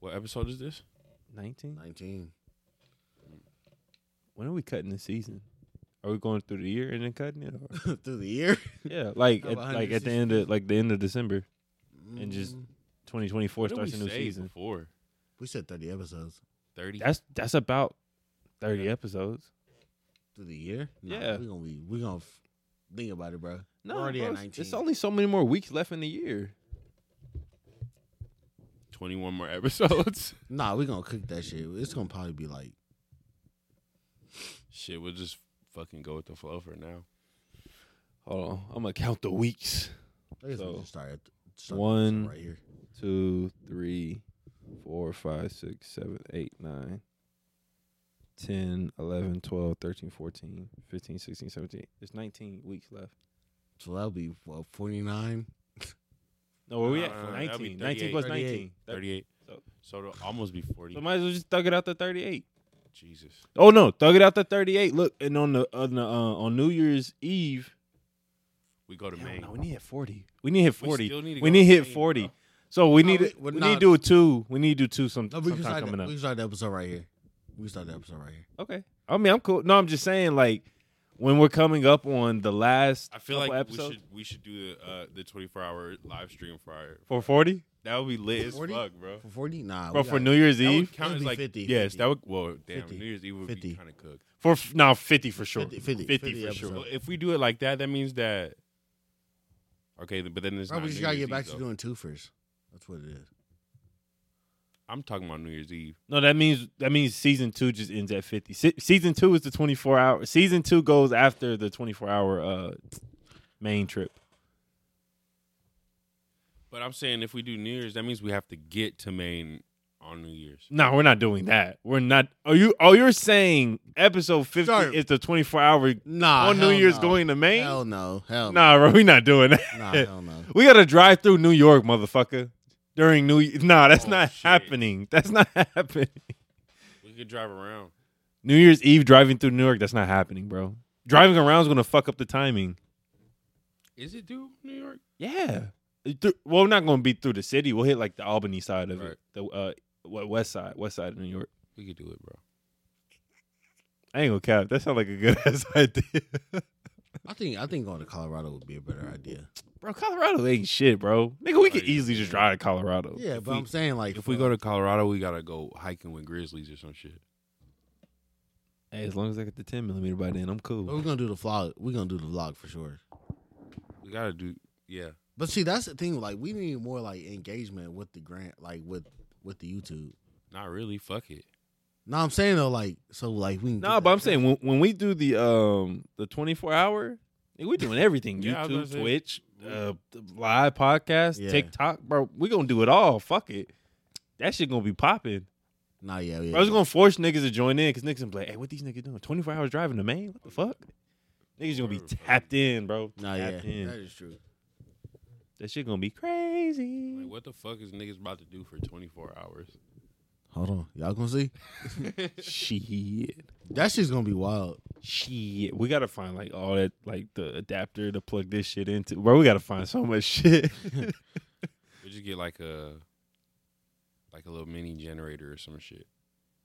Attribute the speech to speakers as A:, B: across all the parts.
A: What episode is this?
B: 19?
C: 19.
B: When are we cutting the season? Are we going through the year and then cutting it? Or?
C: Through the year.
B: yeah, like
C: How
B: at,
C: about
B: like at the end of like the end of December, And just-
C: Mm,
B: 2024
A: What did
B: starts a
A: we
B: new
A: say
B: season.
A: before
C: We said 30 episodes.
A: thirty.
B: That's that's about 30
A: Yeah.
B: episodes.
C: Through the year?
B: Yeah.
C: We're going to be, we going to f- think about it, bro. We're already at 19.
B: it's only so many more weeks left in the year.
A: twenty one more episodes.
C: Nah, we're going to cook that shit. It's going to probably be like,
A: Shit, we'll just fucking go with the flow for now.
B: Hold on, I'm gonna count the weeks.
C: I guess
B: So,
C: we'll just start at start the
B: one-
C: episode right here.
B: two, three, four, five, six, seven, eight, nine, 10, 11, 12, 13, 14, 15, 16, 17. There's 19 weeks left.
C: So that'll be, what, 49?
B: No, where we
A: Uh,
B: at?
A: uh, that'd be
B: 19. 19 plus
C: 38.
B: 19. That-
A: Thirty eight.
B: So-
A: So it'll almost be forty.
B: So might as well just thug it out to 38.
A: Jesus.
B: Oh, no, thug it out to 38. Look, and on the, on, the, uh, on New Year's Eve,
A: We go to
B: Hell
A: Maine.
B: no, we need to hit 40. We need to hit 40.
A: We,
B: We,
A: still need to,
B: need to hit
A: Maine,
B: 40.
A: bro.
B: So we
C: No,
B: need,
C: we-
B: to, we,
C: we're
B: need to
C: not-
B: do a two. We need to do two some,
C: No, we
B: sometime
C: can, start,
B: coming
C: the-
B: up.
C: we can start the episode right here. We can start the episode right here.
B: Okay. I mean, I'm cool. No, I'm just saying, like, when we're coming up on the last
A: I feel
B: couple
A: like
B: episodes
A: we should we should do the uh, the twenty four hour live stream for our
B: for 40,
A: that would be lit as
C: 40?
A: fuck, bro.
C: For 40? Nah.
B: bro,
C: we
B: for
C: got-
B: New Year's
A: Oh, That
B: Eve,
A: would count
C: That'd
A: as
C: be
A: like
C: 50,
A: yes,
C: 50.
A: that would. Well, damn,
C: 50,
A: New Year's Eve would
C: 50.
A: be kind of cooked.
B: for f- no 50 for sure,
C: 50,
B: 50,
C: 50, 50
B: for
C: episode.
B: sure.
A: Well, if we do it like that, that means that. Okay, th- but then there's
C: Bro,
A: not
C: we just
A: New
C: got to
A: Year's
C: get back
A: Eve,
C: to
A: though.
C: doing twofers. That's what it is.
A: I'm talking about New Year's Eve.
B: No, that means that means season two just ends at 50. Se- season two is the 24 hour. Season two goes after the 24 hour uh main trip.
A: But I'm saying if we do New Year's, that means we have to get to Maine on New Year's.
B: No, we're not doing that. We're not. Are you? Oh, you're saying episode 50
C: Sorry.
B: is the 24 hour
C: Nah.
B: on New
C: hell
B: Year's
C: no.
B: going to Maine?
C: Hell no. Hell no.
B: Nah, bro, we're not doing that.
C: Nah, hell no.
B: We gotta drive through New York, motherfucker. During New Year. Nah, that's
A: Oh,
B: not
A: shit.
B: happening. That's not happening.
A: We could drive around.
B: New Year's Eve driving through New York, that's not happening, bro. Driving around is gonna fuck up the timing.
A: Is it due New York?
B: Yeah. It thro- well, we're not gonna be through the city. We'll hit like the Albany side of
A: Right.
B: it. The uh what west side, west side of New York.
A: We could do it, bro.
B: I ain't gonna cap. That sounds like a good ass idea.
C: I think I think going to Colorado would be a better idea.
B: bro, Colorado ain't shit, bro. Nigga, we could
A: Right,
B: easily
A: yeah.
B: just drive to Colorado.
C: Yeah,
B: If
C: but
B: we-
C: I'm saying like
A: If we
C: for-
A: go to Colorado, we gotta go hiking with grizzlies or some shit.
B: hey, as long as I get the ten millimeter by then, I'm
C: but
A: Oh,
C: we're
B: cool.
C: gonna do the vlog. We're gonna do the vlog for sure.
A: We gotta do. Yeah,
C: But see, that's the thing. Like we need more like engagement with the grant, like with with the YouTube.
A: not really. Fuck it.
C: No, I'm saying though, like so, like we. can
B: No,
C: get
B: but
C: that
B: I'm saying when, when we do the um the 24 hour, nigga, we doing everything.
A: Yeah, I was gonna
B: YouTube,
A: say-
B: Twitch, uh, the live podcast,
C: Yeah.
B: TikTok, bro. We gonna do it all. Fuck it. That shit gonna be popping.
C: shit. Nah, yeah, yeah.
B: Bro, I was gonna force niggas to join in because niggas gonna be like, hey, what these niggas doing? 24 hours driving to Maine? What the fuck? Niggas gonna be
A: Word, bro.
B: tapped in, bro.
C: Nah, yeah,
B: tapped in.
C: that is true.
B: That shit gonna be crazy.
A: Like, what the fuck is niggas about to do for 24 hours?
C: Hold on, y'all gonna see
B: Shit.
C: that shit's gonna be wild.
B: Shit. We gotta find like all that, like the adapter to plug this shit into. Bro, we gotta find so much shit.
A: We just get like a like a little mini generator or some shit.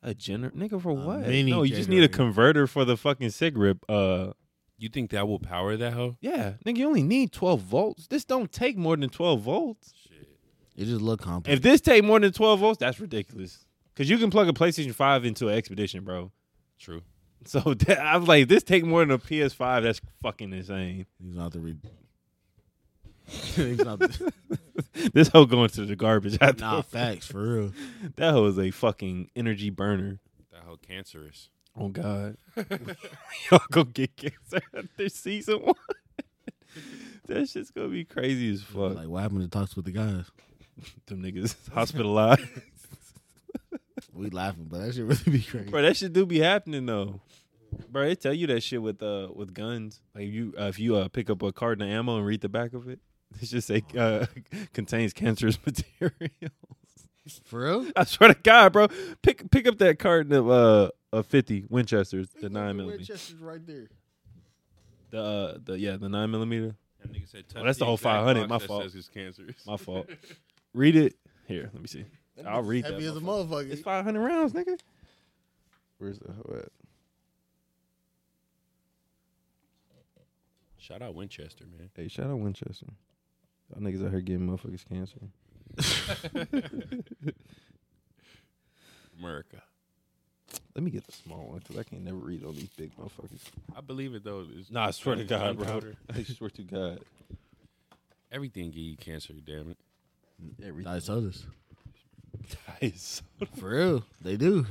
B: A gener nigga for
C: A
B: what?
C: mini
B: no, you just need a
C: generator.
B: converter for the fucking cigarette. Uh,
A: You think that will power that hoe?
B: yeah, nigga, you only need twelve volts. This don't take more than twelve volts.
A: Shit.
C: It just look complex.
B: If this take more than twelve volts, that's ridiculous. Cause you can plug a PlayStation Five into an Expedition, bro.
A: True.
B: So that, I was like, this take more than a PS Five. That's fucking insane.
C: He's not the. Re- He's not the-
B: this hoe going to the garbage. After
C: nah, facts for real.
B: that hoe is a fucking energy burner.
A: That hoe cancerous.
B: Oh God, y'all gonna get cancer after season one. that shit's gonna be crazy as fuck.
C: Like what happened to talks with the guys?
B: them niggas hospitalized.
C: We laughing, but that shit really be crazy.
B: bro, that shit do be happening though. Bro, they tell you that shit with uh with guns. Like you uh, if you uh pick up a carton of ammo and read the back of it, it just say uh contains cancerous material.
C: For real?
B: I swear to God, bro. Pick pick up that carton of uh of fifty Winchesters, the nine millimeter.
C: Winchester's right there.
B: The uh the yeah, the nine millimeter.
A: That nigga said, touch
B: that's the whole
A: exact
B: 500,
A: box
B: my
A: that
B: fault.
A: says it's cancerous.
B: My fault. read it. Here, let me see.
C: That
B: I'll
C: bitch
B: read
C: Heavy
B: that
C: as a motherfucker.
B: It's 500 rounds, nigga.
D: Where's the hoe at?
A: Shout out Winchester, man.
D: Hey, shout out Winchester. Y'all niggas out here getting motherfuckers cancer.
A: America.
D: Let me get the small one because I can't never read all these big motherfuckers.
A: I believe it though. It's
B: Nah, I swear to God, bro.
A: Powder.
D: I swear to God.
A: Everything give you cancer, damn it.
D: Everything.
C: Diet sodas.
B: Nice.
C: For real, they do.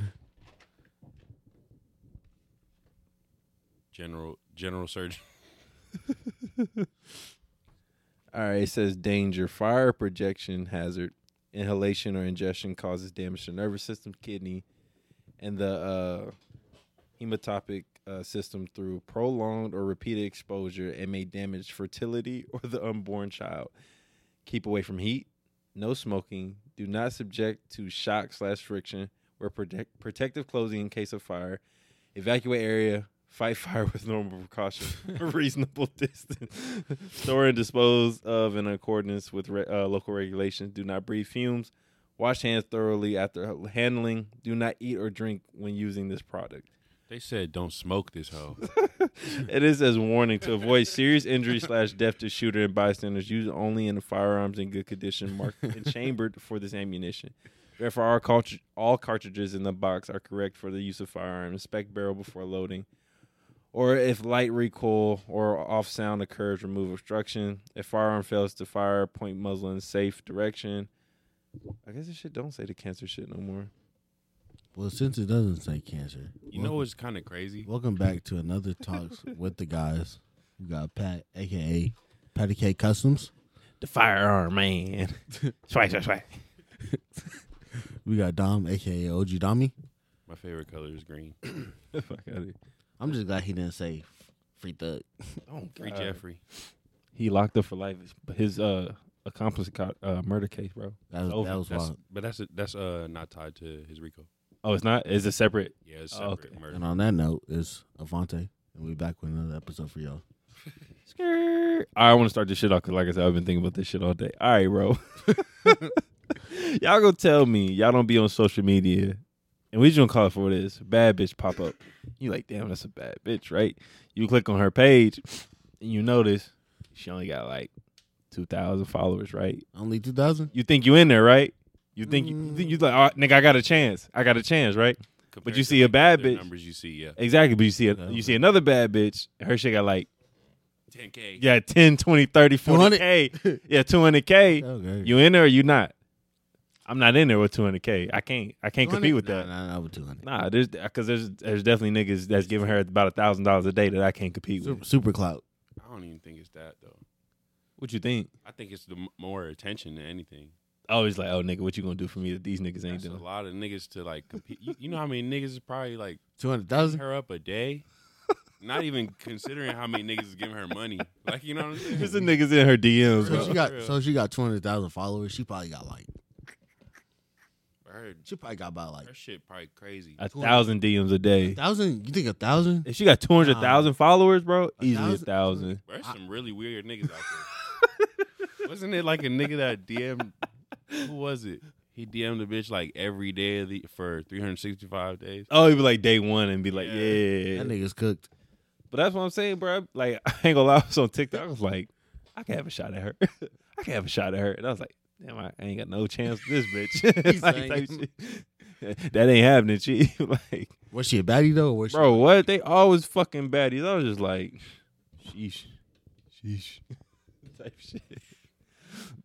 A: General general surgeon.
D: All right, it says danger. Fire projection hazard. Inhalation or ingestion causes damage to nervous system, kidney, and the uh, hematopic uh, system through prolonged or repeated exposure and may damage fertility or the unborn child. Keep away from heat. No smoking. Do not subject to shock slash friction. Wear protect- protective clothing in case of fire. Evacuate area. Fight fire with normal precaution. reasonable distance. Store and dispose of in accordance with re- uh, local regulations. Do not breathe fumes. Wash hands thoroughly after handling. Do not eat or drink when using this product.
A: They said don't smoke this hoe.
D: It is as warning to avoid serious injury slash death to shooter and bystanders. Used only in firearms in good condition, marked and chambered for this ammunition. Therefore, all, cartridge, all cartridges in the box are correct for the use of firearm. Inspect barrel before loading, or if light recoil or off sound occurs, remove obstruction. If firearm fails to fire, point muzzle in safe direction. I guess this shit don't say the cancer shit no more.
C: Well, since it doesn't say cancer,
A: You know what's kind of crazy?
C: Welcome back to another talks with the guys. We got Pat, aka Patty K Customs.
D: The firearm man. swipe, swipe, swipe.
C: We got Dom, aka OG Dommy.
A: My favorite color is green.
D: Fuck out here.
C: I'm just glad he didn't say f- free thug.
A: Free
B: Uh,
D: God.
A: Jeffrey.
B: He locked up for life. His uh accomplice got, uh, murder case, bro.
C: That was,
B: over.
C: that was
A: That's,
C: wild.
A: but that's that's uh not tied to his Rico.
B: Oh, it's not. It's a separate.
A: Yeah, it's
B: Oh,
A: separate
B: okay.
A: murder.
C: And on that note, it's Avante, and we back with another episode for y'all.
B: Skirt. I want to start this shit off because, like I said, I've been thinking about this shit all day. All right, bro. y'all go tell me y'all don't be on social media, and we just gonna call it for what it is. Bad bitch pop up. You like, damn, that's a bad bitch, right? You click on her page, and you notice she only got like two thousand followers, right?
C: Only 2000?
B: You think you in there, right? You think you, you think you like, oh, nigga, I got a chance. I got a chance, right?
A: Compared
B: you
A: to,
B: see a
A: like, the
B: bad
A: other
B: bitch.
A: Numbers you see, yeah.
B: Exactly, but you see a, you see another bad bitch. Her shit got like
A: 10k.
B: yeah, 10, 20, 30, 40 k. Yeah, 200k.
C: Okay.
B: You in there or you not? I'm not in there with 200k. I can't. I can't compete with that.
C: Nah, nah, nah, with 200.
B: Nah, there's because there's there's definitely niggas that's giving her about a thousand dollars a day that I can't compete with.
C: Super, super clout.
A: I don't even think it's that though.
B: What you think?
A: I think it's the m- more attention than anything.
B: I was like, oh nigga, what you gonna do for me that these niggas ain't
A: That's a
B: doing?
A: lot of niggas to like compete. You, you know how many niggas is probably like
C: 200,000?
A: her up a day? Not even considering how many niggas is giving her money. Like you know what I'm saying?
B: There's the niggas in her DMs.
C: So
B: Bro.
C: she got
A: Yeah.
C: so she got 200,000 followers. She probably got like,
A: Her,
C: she probably got about like
A: her shit probably crazy.
B: A thousand DMs a day.
C: 1,000? You think a 1,000?
B: If she got two hundred thousand followers, bro,
C: A
B: easily a
C: thousand?
B: thousand.
A: There's some really weird niggas out there. Wasn't it like a nigga that DM? Who was it? He DM'd a bitch like every day of the, for 365 days.
B: Oh, he'd be like day one and be like,
A: Yeah.
B: yeah. yeah, yeah.
C: That nigga's cooked.
B: But that's what I'm saying, bro. Like, I ain't gonna lie, I was on TikTok. I was like, I can have a shot at her. I can have a shot at her. And I was like, damn, I ain't got no chance with this bitch. Like, type shit. That ain't happening, G. like,
C: Was she a baddie though? Or was she-
B: bro, what? They always fucking baddies. I was just like, sheesh, sheesh, type shit.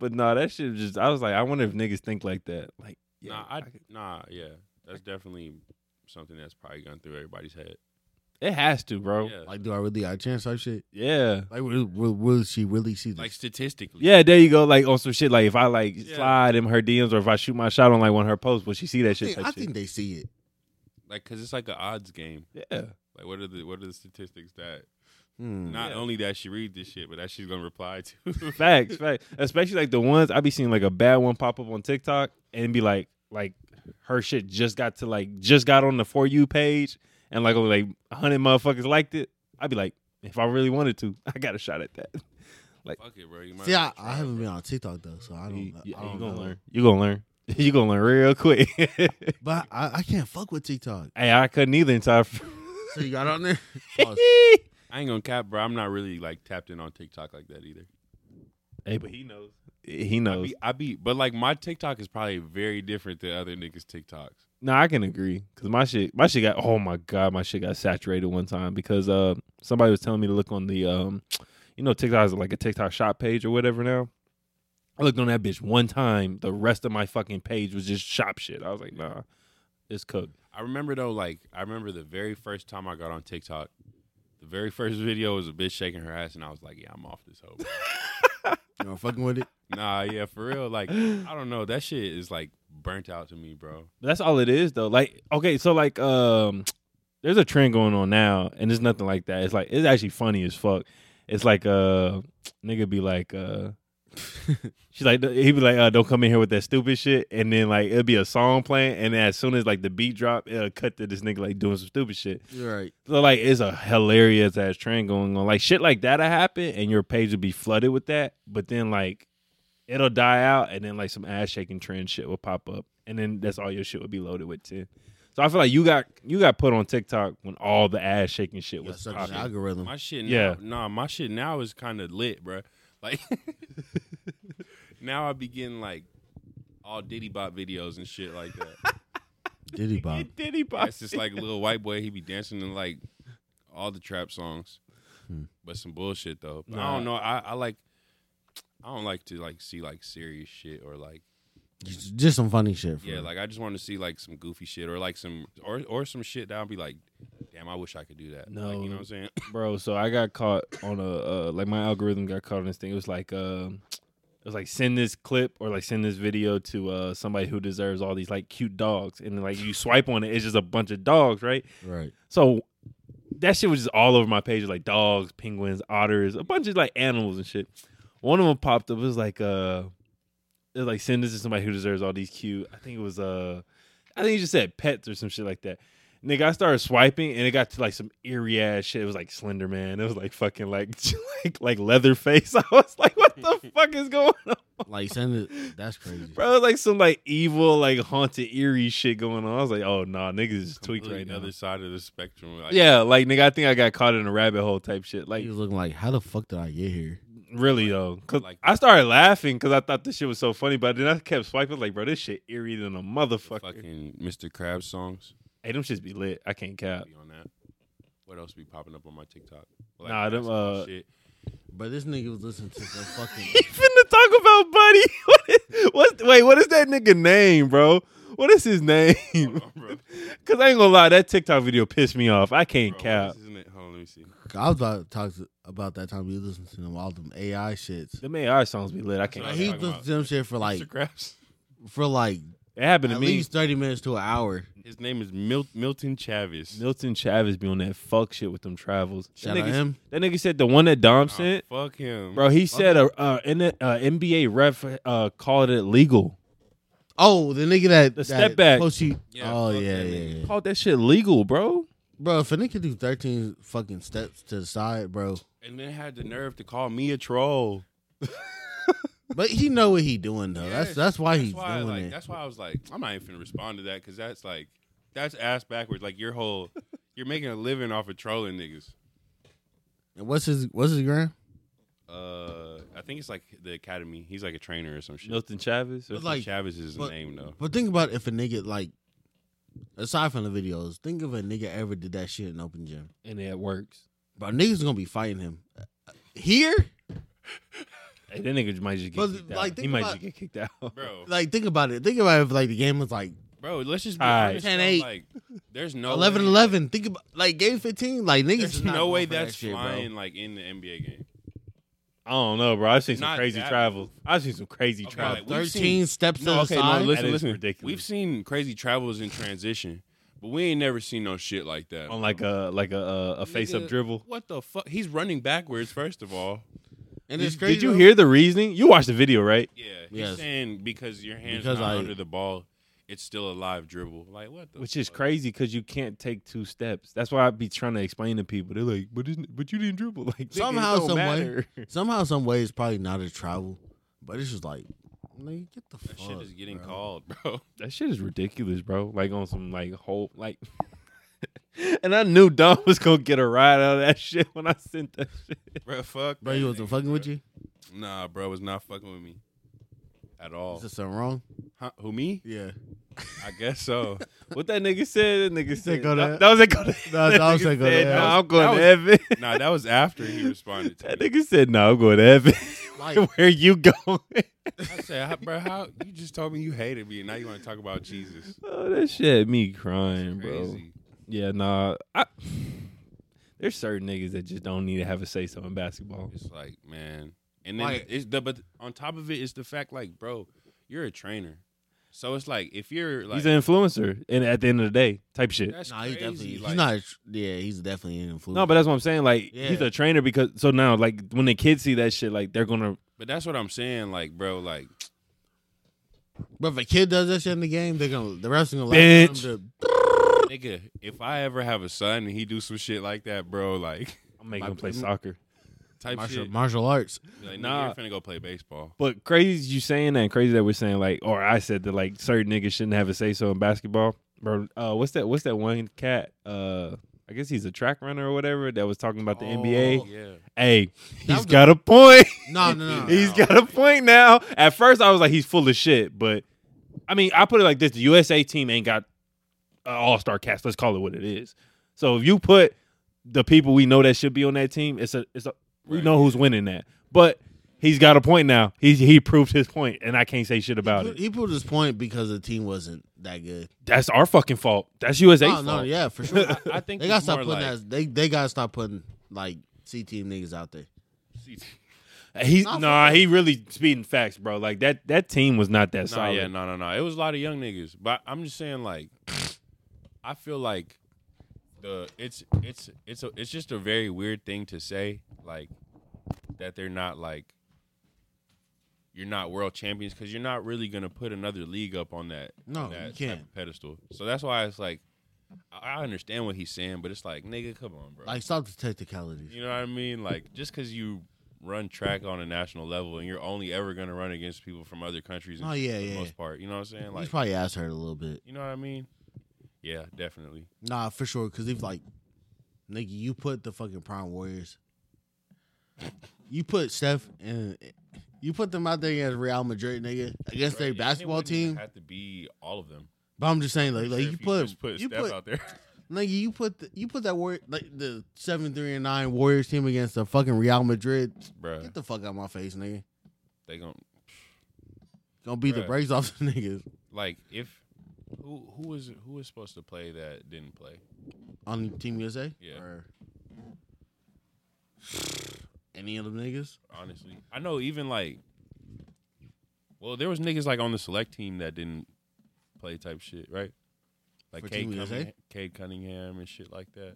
B: But nah, that shit was just. I was like, I wonder if niggas think like that. Like, yeah,
A: nah, I,
B: I could-
A: nah, yeah, that's definitely something that's probably gone through everybody's head.
B: it has to, bro.
A: Yeah.
C: Like, do I really got a chance type shit?
B: yeah.
C: Like, will, will, will she really see this?
A: like statistically.
B: Yeah, there you go. Like on some shit. Like if I like
A: Yeah.
B: slide in her DMs or if I shoot my shot on like one of her posts, will she see that
C: I,
B: shit?
C: think,
B: type
C: I
B: shit?
C: think they see it.
A: like because it's like an odds game.
B: yeah.
A: Like, what are the what are the statistics that
C: Hmm.
A: not
B: Yeah.
A: only that she read this shit, but that she's gonna reply to?
B: Facts, facts. Especially like the ones I be seeing like a bad one pop up on TikTok and be like, like her shit just got to like just got on the for you page and like only like hundred motherfuckers liked it. I'd be like, if I really wanted to, I got a shot at that.
A: Fuck it, bro. You might
C: See,
A: as
C: I,
A: well
C: I
A: try,
C: haven't
A: bro.
C: been on TikTok though, so I don't.
B: You,
C: know.
B: you-
C: I don't
B: you gonna
C: know.
B: learn. You gonna learn. you gonna learn real quick. hey,
C: But I, I can't fuck with TikTok.
B: I couldn't either in time.
C: So you got on there? Oh, Pause.
B: hey,
A: I ain't gonna cap, bro. I'm not really like tapped in on TikTok like that either.
B: but he knows. He
A: I
B: knows.
A: be, I be, but like my TikTok is probably very different than other niggas' TikToks.
B: No, I can agree because my shit, my shit got. Oh my god, my shit got saturated one time because uh somebody was telling me to look on the um, you know TikTok is like a TikTok shop page or whatever now. I looked on that bitch one time. The rest of my fucking page was just shop shit. I was like, nah, it's cooked.
A: I remember though, like I remember the very first time I got on TikTok, the very first video was a bitch shaking her ass, and I was like, "Yeah, I'm off this hoe."
C: You know, fucking with it.
A: nah, yeah, for real. Like I don't know, that shit is like burnt out to me, bro.
B: But that's all it is though. Like okay, so like um, there's a trend going on now, and it's nothing like that. It's like it's actually funny as fuck. It's like uh, nigga be like uh. She's like, he'd be like, uh, "Don't come in here with that stupid shit." And then like it'll be a song playing, and then as soon as like the beat drop, it'll cut to this nigga like doing some stupid shit.
C: You're right.
B: So like it's a hilarious ass trend going on. Like shit like that'll happen, and your page will be flooded with that. But then like it'll die out, and then like some ass shaking trend shit will pop up, and then that's all your shit would be loaded with too. So I feel like you got you got put on TikTok when all the ass shaking shit
C: You
B: was
C: got
B: popping.
C: the algorithm.
A: My shit, now,
B: Yeah.
A: Nah, my shit now is kind of lit, bro. Like now I be getting like all Diddy Bop videos and shit like that.
C: Diddy Bob.
B: Diddy
A: Yeah,
B: Bop.
A: it's just like a little white boy. He be dancing in like all the trap songs,
C: Hmm.
A: but some bullshit though. But I
B: Nah.
A: don't know. I, I like. I don't like to like see like serious shit or like
C: Just just some funny shit. For
A: yeah
C: real.
A: like I just want to see like some goofy shit or like some or or some shit that I'll be like, damn, I wish I could do that. Like,
B: No.
A: you know what I'm saying?
B: bro. So I got caught on a uh, like my algorithm got caught on this thing. It was like um, it was like send this clip or like send this video to uh somebody who deserves all these like cute dogs, and then like you swipe on it, it's just a bunch of dogs, right?
C: right.
B: So that shit was just all over my page, like dogs, penguins, otters, a bunch of like animals and shit. One of them popped up. It was like uh, it was like send this to somebody who deserves all these cute. I think it was uh, I think he just said pets or some shit like that. Nigga, I started swiping and it got to like some eerie ass shit. It was like Slender Man. It was like fucking like like like Leatherface. I was like, what the fuck is going on?
C: Like send it. That's crazy.
B: Bro, it was like some like evil, like haunted, eerie shit going on. I was like, oh nah, niggas is tweaked
A: Completely
B: right now.
A: other side of the spectrum. Like,
B: Yeah, like nigga, I think I got caught in a rabbit hole type shit. Like
C: he was looking like, how the fuck did I get here?
B: really though, cause
A: Like-
B: I started laughing because I thought this shit was so funny, but then I kept swiping like, bro, this shit eerie than a
A: the
B: motherfucker.
A: fucking Mr. Krabs songs.
B: Hey, them shits be lit. I can't cap.
A: Be on that. What else be popping up on my TikTok?
B: Nah, them,
A: basketball
B: uh,
A: shit.
C: But this nigga was listening to some
B: He
C: fucking.
B: finna talk about Buddy. What is, what's wait? What is that nigga name, bro? What is his name?
A: Hold on, bro.
B: Cause I ain't gonna lie, that TikTok video pissed me off. I can't
A: Bro,
B: cap.
A: this isn't it. Hold on, let me see.
C: I was about to talk to, about that time you listened to them all them AI shits.
B: Them AI songs be lit. I
A: what
B: can't.
A: I
C: He
A: talking
C: listened
A: about-
C: to them shit for like
A: Mr. Krabs.
C: for like
B: It happened to
C: at
B: me.
C: least thirty minutes to an hour.
A: His name is Mil- Milton Chavis.
B: Milton Chavez be on that fuck shit with them travels.
C: Shout
B: that
C: out
B: nigga,
C: him.
B: that nigga said the one that Dom
A: Nah,
B: sent.
A: fuck him,
B: Bro, he said a uh, in a, uh, NBA ref uh, called it legal.
C: Oh, the nigga that
B: The
C: that
B: step back.
C: post you-
A: Yeah,
C: oh
A: fuck
C: yeah,
A: that
C: yeah,
A: nigga.
C: yeah.
B: Called that shit legal, bro.
C: Bro, if a nigga do thirteen fucking steps to the side, bro.
A: and then had the nerve to call me a troll.
C: But he know what he doing though. that's
A: Yes,
C: that's why he's
A: why,
C: doing
A: like,
C: it.
A: That's why I was like, I'm not even gonna respond to that because that's like, that's ass backwards. Like your whole, you're making a living off of trolling niggas.
C: And what's his what's his gram?
A: Uh, I think it's like the academy. He's like a trainer or some shit.
B: Milton Chavez.
C: But
A: Milton
C: like-
A: Chavez is his
C: but-
A: name though.
C: But think about if a nigga like aside from the videos, think if a nigga ever did that shit in open gym.
B: and it works.
C: Bro, niggas gonna be fighting him. Uh, Here?
B: Hey, that nigga might just get
C: But,
B: kicked
C: like,
B: out. He
C: think
B: might
C: about-
B: just get kicked out.
A: Bro,
C: Like think about it. Think about if like the game was like
A: bro, let's just be
B: All right.
A: honest.
C: 10-8.
A: Though, like, there's no
C: 11
A: way,
C: 11. Think about like game 15. Like niggas
A: There's
C: is not
A: no
C: going
A: way
C: for that
A: that's
C: shit, bro.
A: flying like in the NBA game.
B: I don't know, bro. I've seen some
A: Not
B: crazy
A: that-
B: travels. I've seen some crazy
A: Okay,
B: travels.
A: like, we've
C: 13
A: seen-
C: steps
A: No,
C: to
A: okay,
C: the
A: no,
C: side.
A: listen,
B: That is
A: listen.
B: ridiculous.
A: We've seen crazy travels in transition, but we ain't never seen no shit like that.
B: on like a like a a, a face up
A: Nigga,
B: dribble.
A: What the fuck? He's running backwards, first of all.
C: and it's
B: Did,
C: crazy.
B: did you
C: though.
B: hear the reasoning? You watched the video, right?
A: Yeah. He's
C: Yes.
A: saying because your hand's
C: Because
A: not
C: I-
A: under the ball, it's still a live dribble. Like, what the
B: Which is
A: fuck?
B: crazy because you can't take two steps. That's why I be trying to explain to people. They're like, "But isn't, but you didn't dribble." Like nigga, it
C: Somehow,
B: don't
C: some way.
B: matter.
C: Somehow, some way, it's probably not a travel, but it's just like Nigga, get the
A: That
C: fuck.
A: shit is getting
C: bro.
A: called, bro.
B: That shit is ridiculous, bro. Like on some like whole like. and I knew Don was gonna get a ride out of that shit when I sent that shit.
A: Bro, fuck.
C: Bro,
A: that
C: you wasn't
A: nigga,
C: fucking
A: bro.
C: with you?
A: Nah, bro, was not fucking with me at all.
C: Is there something wrong?
A: Huh? Who me?
C: Yeah.
A: I guess so.
B: What that nigga said? That nigga said
C: go to-
B: that, that was that. Go to,
C: No,
B: that
C: I was
B: nigga
C: saying go to
B: said,
C: hell.
B: "Nah, I'm going
A: That
B: to
A: was-
B: heaven.
A: nah, that was after he responded to
B: That
A: me.
B: nigga said, "No, I'm going to heaven."
C: Like,
B: Where you going?
A: I said, "How- bro, how you just told me you hated me, and now you want to talk about Jesus?
B: Oh, that shit had me crying, bro.
A: Crazy.
B: Yeah, nah. I, there's certain niggas that just don't need to have a say so in basketball.
A: It's like, man, and then
C: Like-
A: it's the but on top of it is the fact, like, bro, you're a trainer, so it's like if you're like
B: He's an influencer, and at the end of the day, type shit.
A: that's
C: nah, he's
A: crazy.
C: definitely. He's
A: like,
C: not. a tr- Yeah, he's definitely an influence.
B: No, but that's what I'm saying. Like he's
C: Yeah.
B: a trainer because so now like when the kids see that shit, like they're gonna
A: but that's what I'm saying, like, bro, like,
C: Bro, if a kid does that shit in the game, they're gonna the refs gonna
B: Bitch.
C: like to,
A: nigga, if I ever have a son and he do some shit like that, bro, like,
B: I'm making
C: My-
B: them play soccer.
A: type
C: martial,
A: shit,
C: martial arts.
A: like, nah,
B: Nah.
A: you're finna go play baseball.
B: But crazy you saying that, and crazy that we're saying like, or I said that like certain niggas shouldn't have a say so in basketball. Bro, uh, what's that? What's that one cat? Uh, I guess he's a track runner or whatever that was talking about the
C: Oh,
B: NBA.
A: Yeah,
B: Hey,
C: That
B: he's
C: was
B: got a point.
C: No, no, no.
B: He's
C: He's
B: got a point now. At first, I was like, he's full of shit. But I mean, I put it like this: the USA team ain't got an All Star cast. Let's call it what it is. So if you put the people we know that should be on that team, it's a, it's a, we
A: Right.
B: know who's winning that. But he's got a point now. He's he proved his point, and I can't say shit about it.
C: he proved his point because the team wasn't that good.
B: That's our fucking fault. That's USA
C: No, no,
B: fault.
C: yeah, for sure.
A: I, I think
C: they gotta
A: it's
C: stop
A: more
C: putting
A: like,
C: that. They they gotta stop putting like C team niggas out there.
B: He
C: Nah, for
B: nah,
C: real.
B: he really speeding facts, bro. Like that that team was not that
A: No,
B: solid.
A: yeah, no, no, no. It was a lot of young niggas, but I'm just saying, like, I feel like the it's it's it's a, it's just a very weird thing to say, like that they're not like you're not world champions because you're not really gonna put another league up on that
C: No,
A: that
C: you
A: type
C: can't.
A: of pedestal. So that's why it's like I I understand what he's saying, but it's like nigga, come on, bro.
C: Like stop the technicalities.
A: you know what I mean? Like just because you run track on a national level and you're only ever gonna run against people from other countries. and
C: Oh,
A: shit
C: yeah,
A: for the
C: yeah.
A: most part. You know what I'm saying? Like
C: He's probably ass hurt a little bit.
A: you know what I mean? Yeah, definitely.
C: Nah, for sure. Because if like, nigga, you put the fucking prime warriors, you put Steph and you put them out there against Real Madrid, nigga, against their
A: Right, yeah,
C: basketball
A: it wouldn't even
C: team.
A: have to be all of them.
C: But I'm just saying, like, like
A: Sure,
C: you
A: if
C: put
A: just put
C: you
A: Steph
C: put
A: out there.
C: nigga, you put the, you put that war like the seven three and nine Warriors team against the fucking Real Madrid.
A: Bruh,
C: Get the fuck out my face, nigga.
A: they gon'
C: Gonna beat the
A: Bruh.
C: brakes off the niggas
A: like if who who was who was supposed to play that didn't play?
C: on Team USA.
A: Yeah.
C: Or any of them niggas?
A: Honestly, I know even like, well, there was niggas like on the select team that didn't play type shit, right? Like
C: For
A: Cade
C: Team USA?
A: Cunningham, Cade Cunningham and shit like that.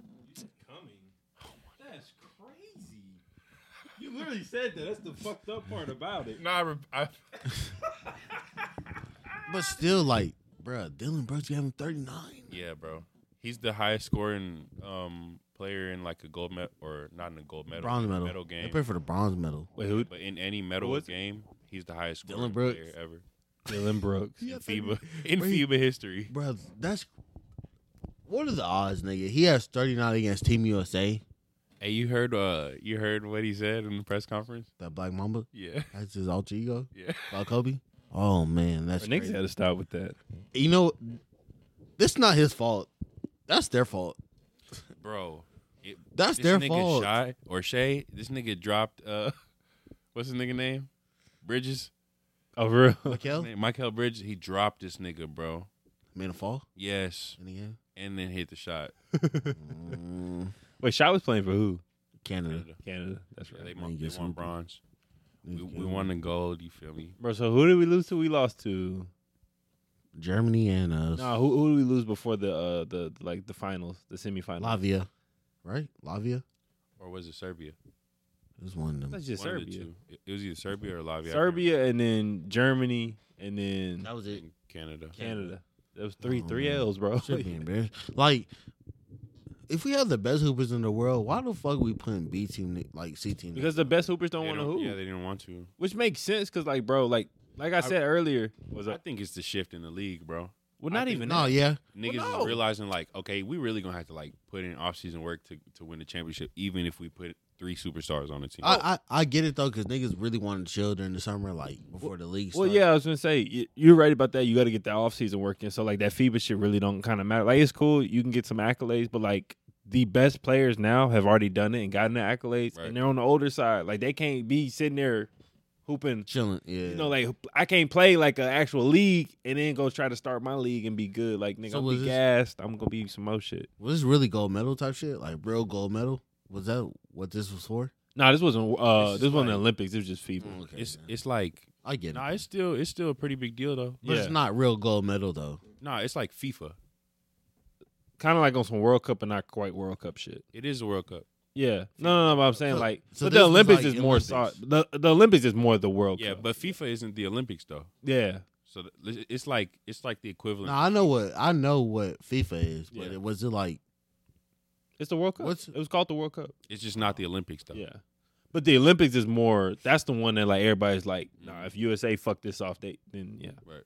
B: That's crazy. You literally said that. That's the fucked up part about it.
A: No, I, re- I
C: But still, like, bruh, Dylan Brooks gave him thirty nine.
A: Yeah, bro. He's the highest scoring um, player in like a gold medal or not in a gold medal,
C: Bronze
A: in a
C: medal. They
A: game.
C: played for the bronze medal.
B: Wait, who?
A: But in any medal
B: was it?
A: game, he's the highest
C: Dylan
A: scoring
C: Brooks.
A: player ever
B: Dylan Brooks.
A: in FIBA in
C: Bro, he-
A: FIBA history.
C: Bruh, that's what are the odds, nigga? He has thirty nine against Team USA.
A: Hey, you heard uh you heard what he said in the press conference?
C: That Black Mamba.
A: Yeah,
C: That's his alter ego.
A: yeah.
C: About Kobe. Oh man, that's
B: Niggas
C: crazy.
B: had to stop with that.
C: you know, this not his fault. That's their fault.
A: Bro, it,
C: That's
A: this
C: their
A: nigga
C: fault.
A: Shy or Shay, this nigga dropped uh, what's his nigga name? Bridges,
B: Oh, for real.
A: His
C: Mikel
A: name- Michael Bridges. He dropped this nigga, bro.
C: made a fall
A: Yes,
C: in the game.
A: and then hit the shot.
C: Mm,
B: Wait, Shaq was playing for who?
C: Canada.
A: Canada.
B: Canada. That's
A: Yeah, they
B: right.
A: won,
C: you
A: they
C: get
A: won
C: something.
A: bronze. We, we won the gold. You feel me?
B: Bro, so who did we lose to? We lost to.
C: Germany and uh,
B: Nah, who, who did we lose before the uh the like the finals, the semifinals?
C: Lavia, right? Lavia.
A: Or was it Serbia?
C: It was one of them.
B: That's just
A: One of the
B: Serbia.
A: two. It- It was either Serbia or Latvia. I
B: Serbia and then Germany and then
C: That was
A: can't
C: it.
A: remember. Canada.
B: Canada. That was three
C: Oh,
B: three
C: man.
B: L's, bro.
C: Should be embarrassed. Like, if we have the best hoopers in the world, why the fuck we putting B team ni- like C team?
B: Because the best hoopers don't
A: They
B: want to
A: don't-
B: hoop,
A: Yeah, they didn't want to.
B: which makes sense. Cause like, bro, like Like I said earlier, was
A: I
B: up.
A: think it's the shift in the league, bro.
B: Well,
A: I
B: not
A: think-
B: even
C: No,
B: that.
C: yeah.
A: Niggas
B: Well, no.
A: is realizing like, okay, we really gonna have to like put in off season work to, to win the championship, even if we put three superstars on the team.
C: I, I, I get it though, because niggas really wanted to chill during the summer, like before the league.
B: Well,
C: started.
B: yeah, I was gonna say you- you're right about that. You got to get that off season working. So like that FIBA shit really don't kind of matter. Like it's cool, you can get some accolades, but like the best players now have already done it and gotten the accolades,
A: Right.
B: and they're on the older side. Like they can't be sitting there hooping.
C: chilling. Yeah,
B: You know, like I can't play like an actual league and then go try to start my league and be good. Like nigga,
C: So
B: I'm
C: was
B: be
C: this-
B: gassed. I'm gonna be some more shit.
C: was this really gold medal type shit? Like real gold medal? Was that what this was for?
B: No, nah, this wasn't. Uh,
A: This
B: this,
A: is
B: wasn't
A: like- Mm.
B: the Olympics. It was just FIBA.
C: Okay,
A: it's
C: man.
A: it's like
C: I get it.
A: nah, it's still it's still a pretty big deal though.
C: but
B: yeah.
C: it's not real gold medal though.
A: Nah, it's like FIFA.
B: Kind of like on some World Cup and not quite World Cup shit.
A: It is the World Cup.
B: Yeah, no, no, no. But I'm saying
C: So-
B: like,
C: so
B: but
C: this
B: the
C: was,
B: Olympics
C: like,
B: is more
C: Olympics.
B: so, the the Olympics is more the World
A: Yeah,
B: Cup.
A: but FIFA isn't the Olympics though.
B: yeah,
A: So th- it's like it's like the equivalent.
C: No, I know what I know what FIFA is, but
B: Yeah.
C: it was it like
B: it's the World Cup.
C: What's-
B: it was called the World Cup.
A: It's just not the Olympics though.
B: Yeah, but the Olympics is more. That's the one that like everybody's like, nah, if USA fuck this off, they then yeah.
A: Right.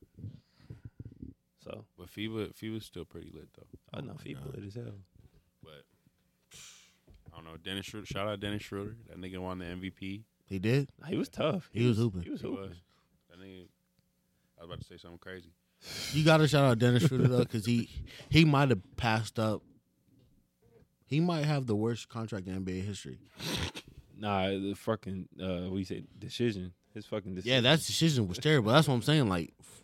B: So
A: But FIBA FIBA's still pretty lit though.
B: I
C: Oh
B: know people it as hell.
A: But I don't know. Dennis Schroeder, shout out Dennis Schroeder. That nigga won the MVP.
C: he did.
B: Nah, he was tough.
C: He was hooping.
B: He was
A: He was.
B: hooping.
A: That nigga. I was about to say something crazy.
C: You got to shout out Dennis Schroeder though, because he he might have passed up. He might have the worst contract in NBA history.
B: Nah, the fucking uh, we say decision. His fucking decision.
C: Yeah, that decision was terrible. That's what I'm saying. Like, f-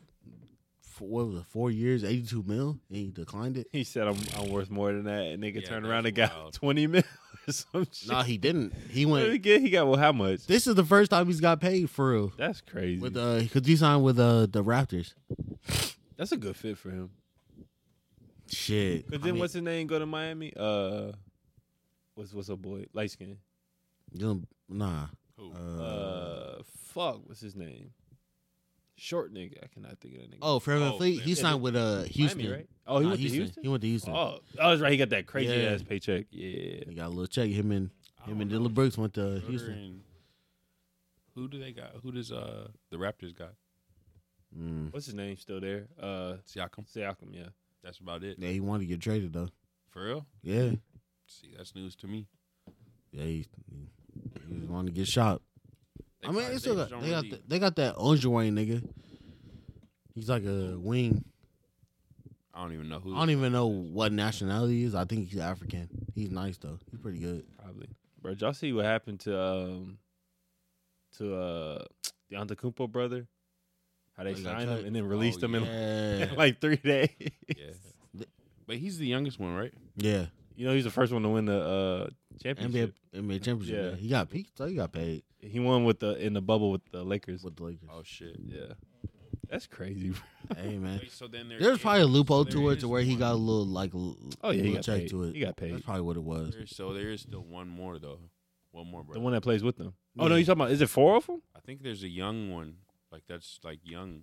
C: f- what was it? Four years, eighty-two mil, and he declined it.
B: He said I'm I'm worth more than that, and nigga
A: Yeah,
B: turned
A: that's
B: around and got
A: wild.
B: twenty mil or some shit.
C: No, he didn't. He
B: he
C: went.
B: got he got well how much?
C: This is the first time he's got paid for real.
B: That's crazy.
C: With uh, because he signed with uh the Raptors.
B: That's a good fit for him.
C: Shit.
B: Cause
C: I
B: then
C: mean,
B: what's his name go to Miami? Uh, what's what's a boy light skin?
C: you know, nah.
A: Who?
B: Uh,
C: Uh,
B: fuck, what's his name? Short nigga, I cannot think of that nigga.
C: oh, Fairman
A: oh,
C: Fleet. He
A: yeah,
C: signed with uh Houston.
B: Miami, right? Oh, he
C: Nah,
B: went
C: Houston.
B: to Houston.
C: He went to Houston.
B: Oh, oh, that's right. He got that crazy
C: Yeah.
B: ass paycheck. Yeah,
C: He got a little check. Him and
A: I
C: him
A: don't
C: and
A: know.
C: Dylan Brooks went to
A: Schroeder
C: Houston.
A: and- Who do they got? Who does uh the Raptors got?
C: Mm.
B: what's his name? Still there? Uh,
A: Siakam.
B: Siakam. Yeah,
A: That's about it.
C: Yeah, he wanted to get traded though.
A: For real?
C: Yeah.
A: See, that's news to me.
C: Yeah, he, he he just wanted to get shot.
A: They
C: I mean,
A: probably-
C: they still
A: just
C: got
A: don't
C: they got
A: really-
C: th- they got that Onjuwayne nigga. He's like a wing.
A: I don't even know who.
C: I don't even know what nationality he is. I think he's African. He's nice though. He's pretty good.
B: probably. Bro, did y'all see what happened to um to uh the Antetokounmpo brother? How they
C: Like,
B: signed
C: like-
B: him and then released him in
C: Oh, Yeah.
B: like three days.
A: Yeah. But he's the youngest one, right?
C: yeah.
B: You know, he's the first one to win the uh,
C: NBA
B: championship.
C: NBA championship.
B: Yeah.
C: Yeah. He got peaked, so he got paid
B: He won with the in the bubble with the Lakers.
C: with the Lakers.
A: Oh shit.
B: yeah, that's crazy. Bro.
C: hey man.
A: Wait, so then there
C: There's
A: is-
C: probably a loophole
A: so
C: to
A: there
C: it
A: is
C: to where he
A: one-
C: got a little like a l-
B: Oh yeah, he
C: little
B: got
C: check
B: paid.
C: to it.
B: He got paid.
C: That's probably what it was.
A: there- So there is still one more though. One more, bro.
B: The one that plays with them. Oh no,
C: Yeah.
B: you talking about? Is it four of them?
A: I think there's a young one, like that's like young,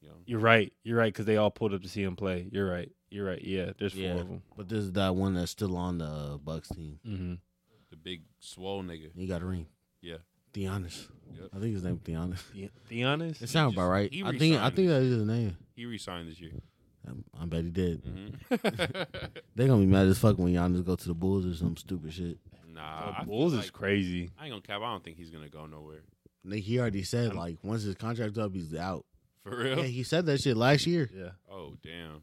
A: young.
B: You're right. You're right because they all pulled up to see him play. You're right. You're right. Yeah, there's
C: Yeah.
B: four of them.
C: But this is that one that's still on the uh, Bucks team.
B: Mm-hmm.
A: The big swole nigga.
C: He got a ring.
A: Yeah.
C: Theonis.
A: Yep.
C: I think his name Theonis.
B: The, the honest.
C: It sounds about
A: just-
C: right.
A: he
C: I think I
A: resigned
C: think
A: it.
C: that is his name.
A: He resigned this year.
C: I- I bet he did.
A: Mhm.
C: They gonna be mad as fuck when Giannis go to the Bulls or some stupid shit.
A: nah, I
B: the
A: feel
B: Bulls is
A: like-
B: crazy.
A: I ain't gonna cap. I don't think he's gonna go nowhere.
C: Like he already said, like once his contract's up, he's out.
A: For real?
C: Yeah, he said that shit last year.
B: Yeah.
A: Oh damn.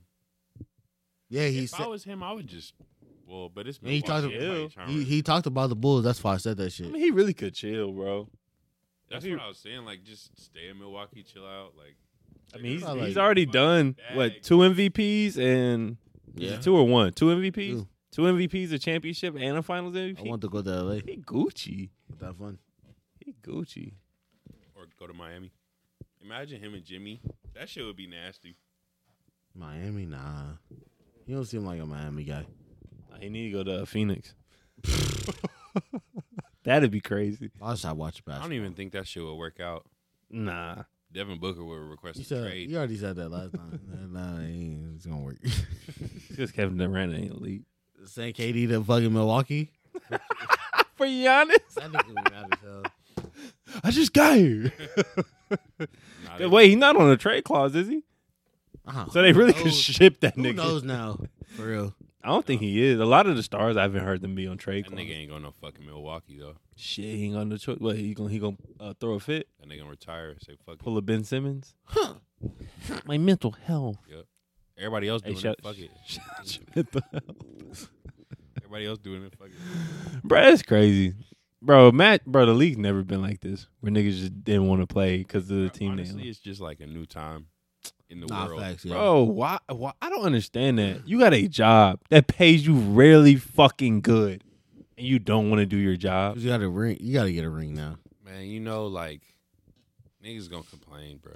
C: Yeah, he
A: if I
C: said
A: was him, I would just. Well, but it's
C: And he
A: Milwaukee.
C: talked-
A: Everybody
B: Ew.
A: trying to-
C: he, he talked about the Bulls. That's why I said that
B: I
C: shit.
B: mean, he really could chill, bro.
A: That's
B: He-
A: what I was saying. Like, just stay in Milwaukee, chill out. Like,
B: I mean, he's,
C: Probably
B: he's
C: like-
B: already done what
A: Bag.
B: two MVPs and is it two or one, two MVPs,
C: Two.
B: two MVPs, a championship, and a Finals
C: I
B: MVP.
C: want to go to LA.
B: he Gucci.
C: That fun.
B: He Gucci.
A: or go to Miami. Imagine him and Jimmy. That shit would be nasty.
C: Miami, nah. He don't seem like a Miami guy.
B: Nah, He need to go to uh, Phoenix. That'd be crazy.
C: I just I
A: I
C: watch basketball.
A: don't even think that shit would work out.
B: Nah,
A: Devin Booker would request
C: You
A: a
C: said
A: trade.
C: you already said that last time. nah, nah, it ain't- it's gonna work.
B: because Kevin Durant ain't elite.
C: Send KD to fucking Milwaukee.
B: For Giannis,
C: That nigga would be mad as hell.
B: I just got here.
A: Nah, they-
B: Wait, he's not on a trade clause, is he?
C: Uh-huh.
B: So they really could
C: knows?
B: ship that
C: Who
B: nigga.
C: knows now? For real.
B: I don't think he is. A lot of the stars I haven't heard them be on trade
A: that
B: clause.
A: nigga ain't going to fucking Milwaukee though.
B: Shit, he ain't on the choice. What he gonna he gonna uh, throw a fit?
A: That nigga gonna retire. Say fuck. it.
B: Pull a Ben Simmons?
C: Huh.
B: My mental health.
A: Everybody else
B: Hey,
A: doing
B: shout,
A: it. Fuck it.
B: shout- mental health.
A: Everybody else doing it. Fuck it.
B: bro, that's crazy, bro. Matt, bro, the league's never been like this where niggas just didn't want to play because of the
A: Bro,
B: team they
A: Honestly,
B: on.
A: it's just like a new time in the
C: Nah,
A: world.
C: facts, yeah.
B: Bro, why, why? I don't understand that. You got a job that pays you really fucking good, and you don't want to do your job.
C: You got a ring. You got to get a ring now.
A: Man, you know, like niggas gonna complain, bro.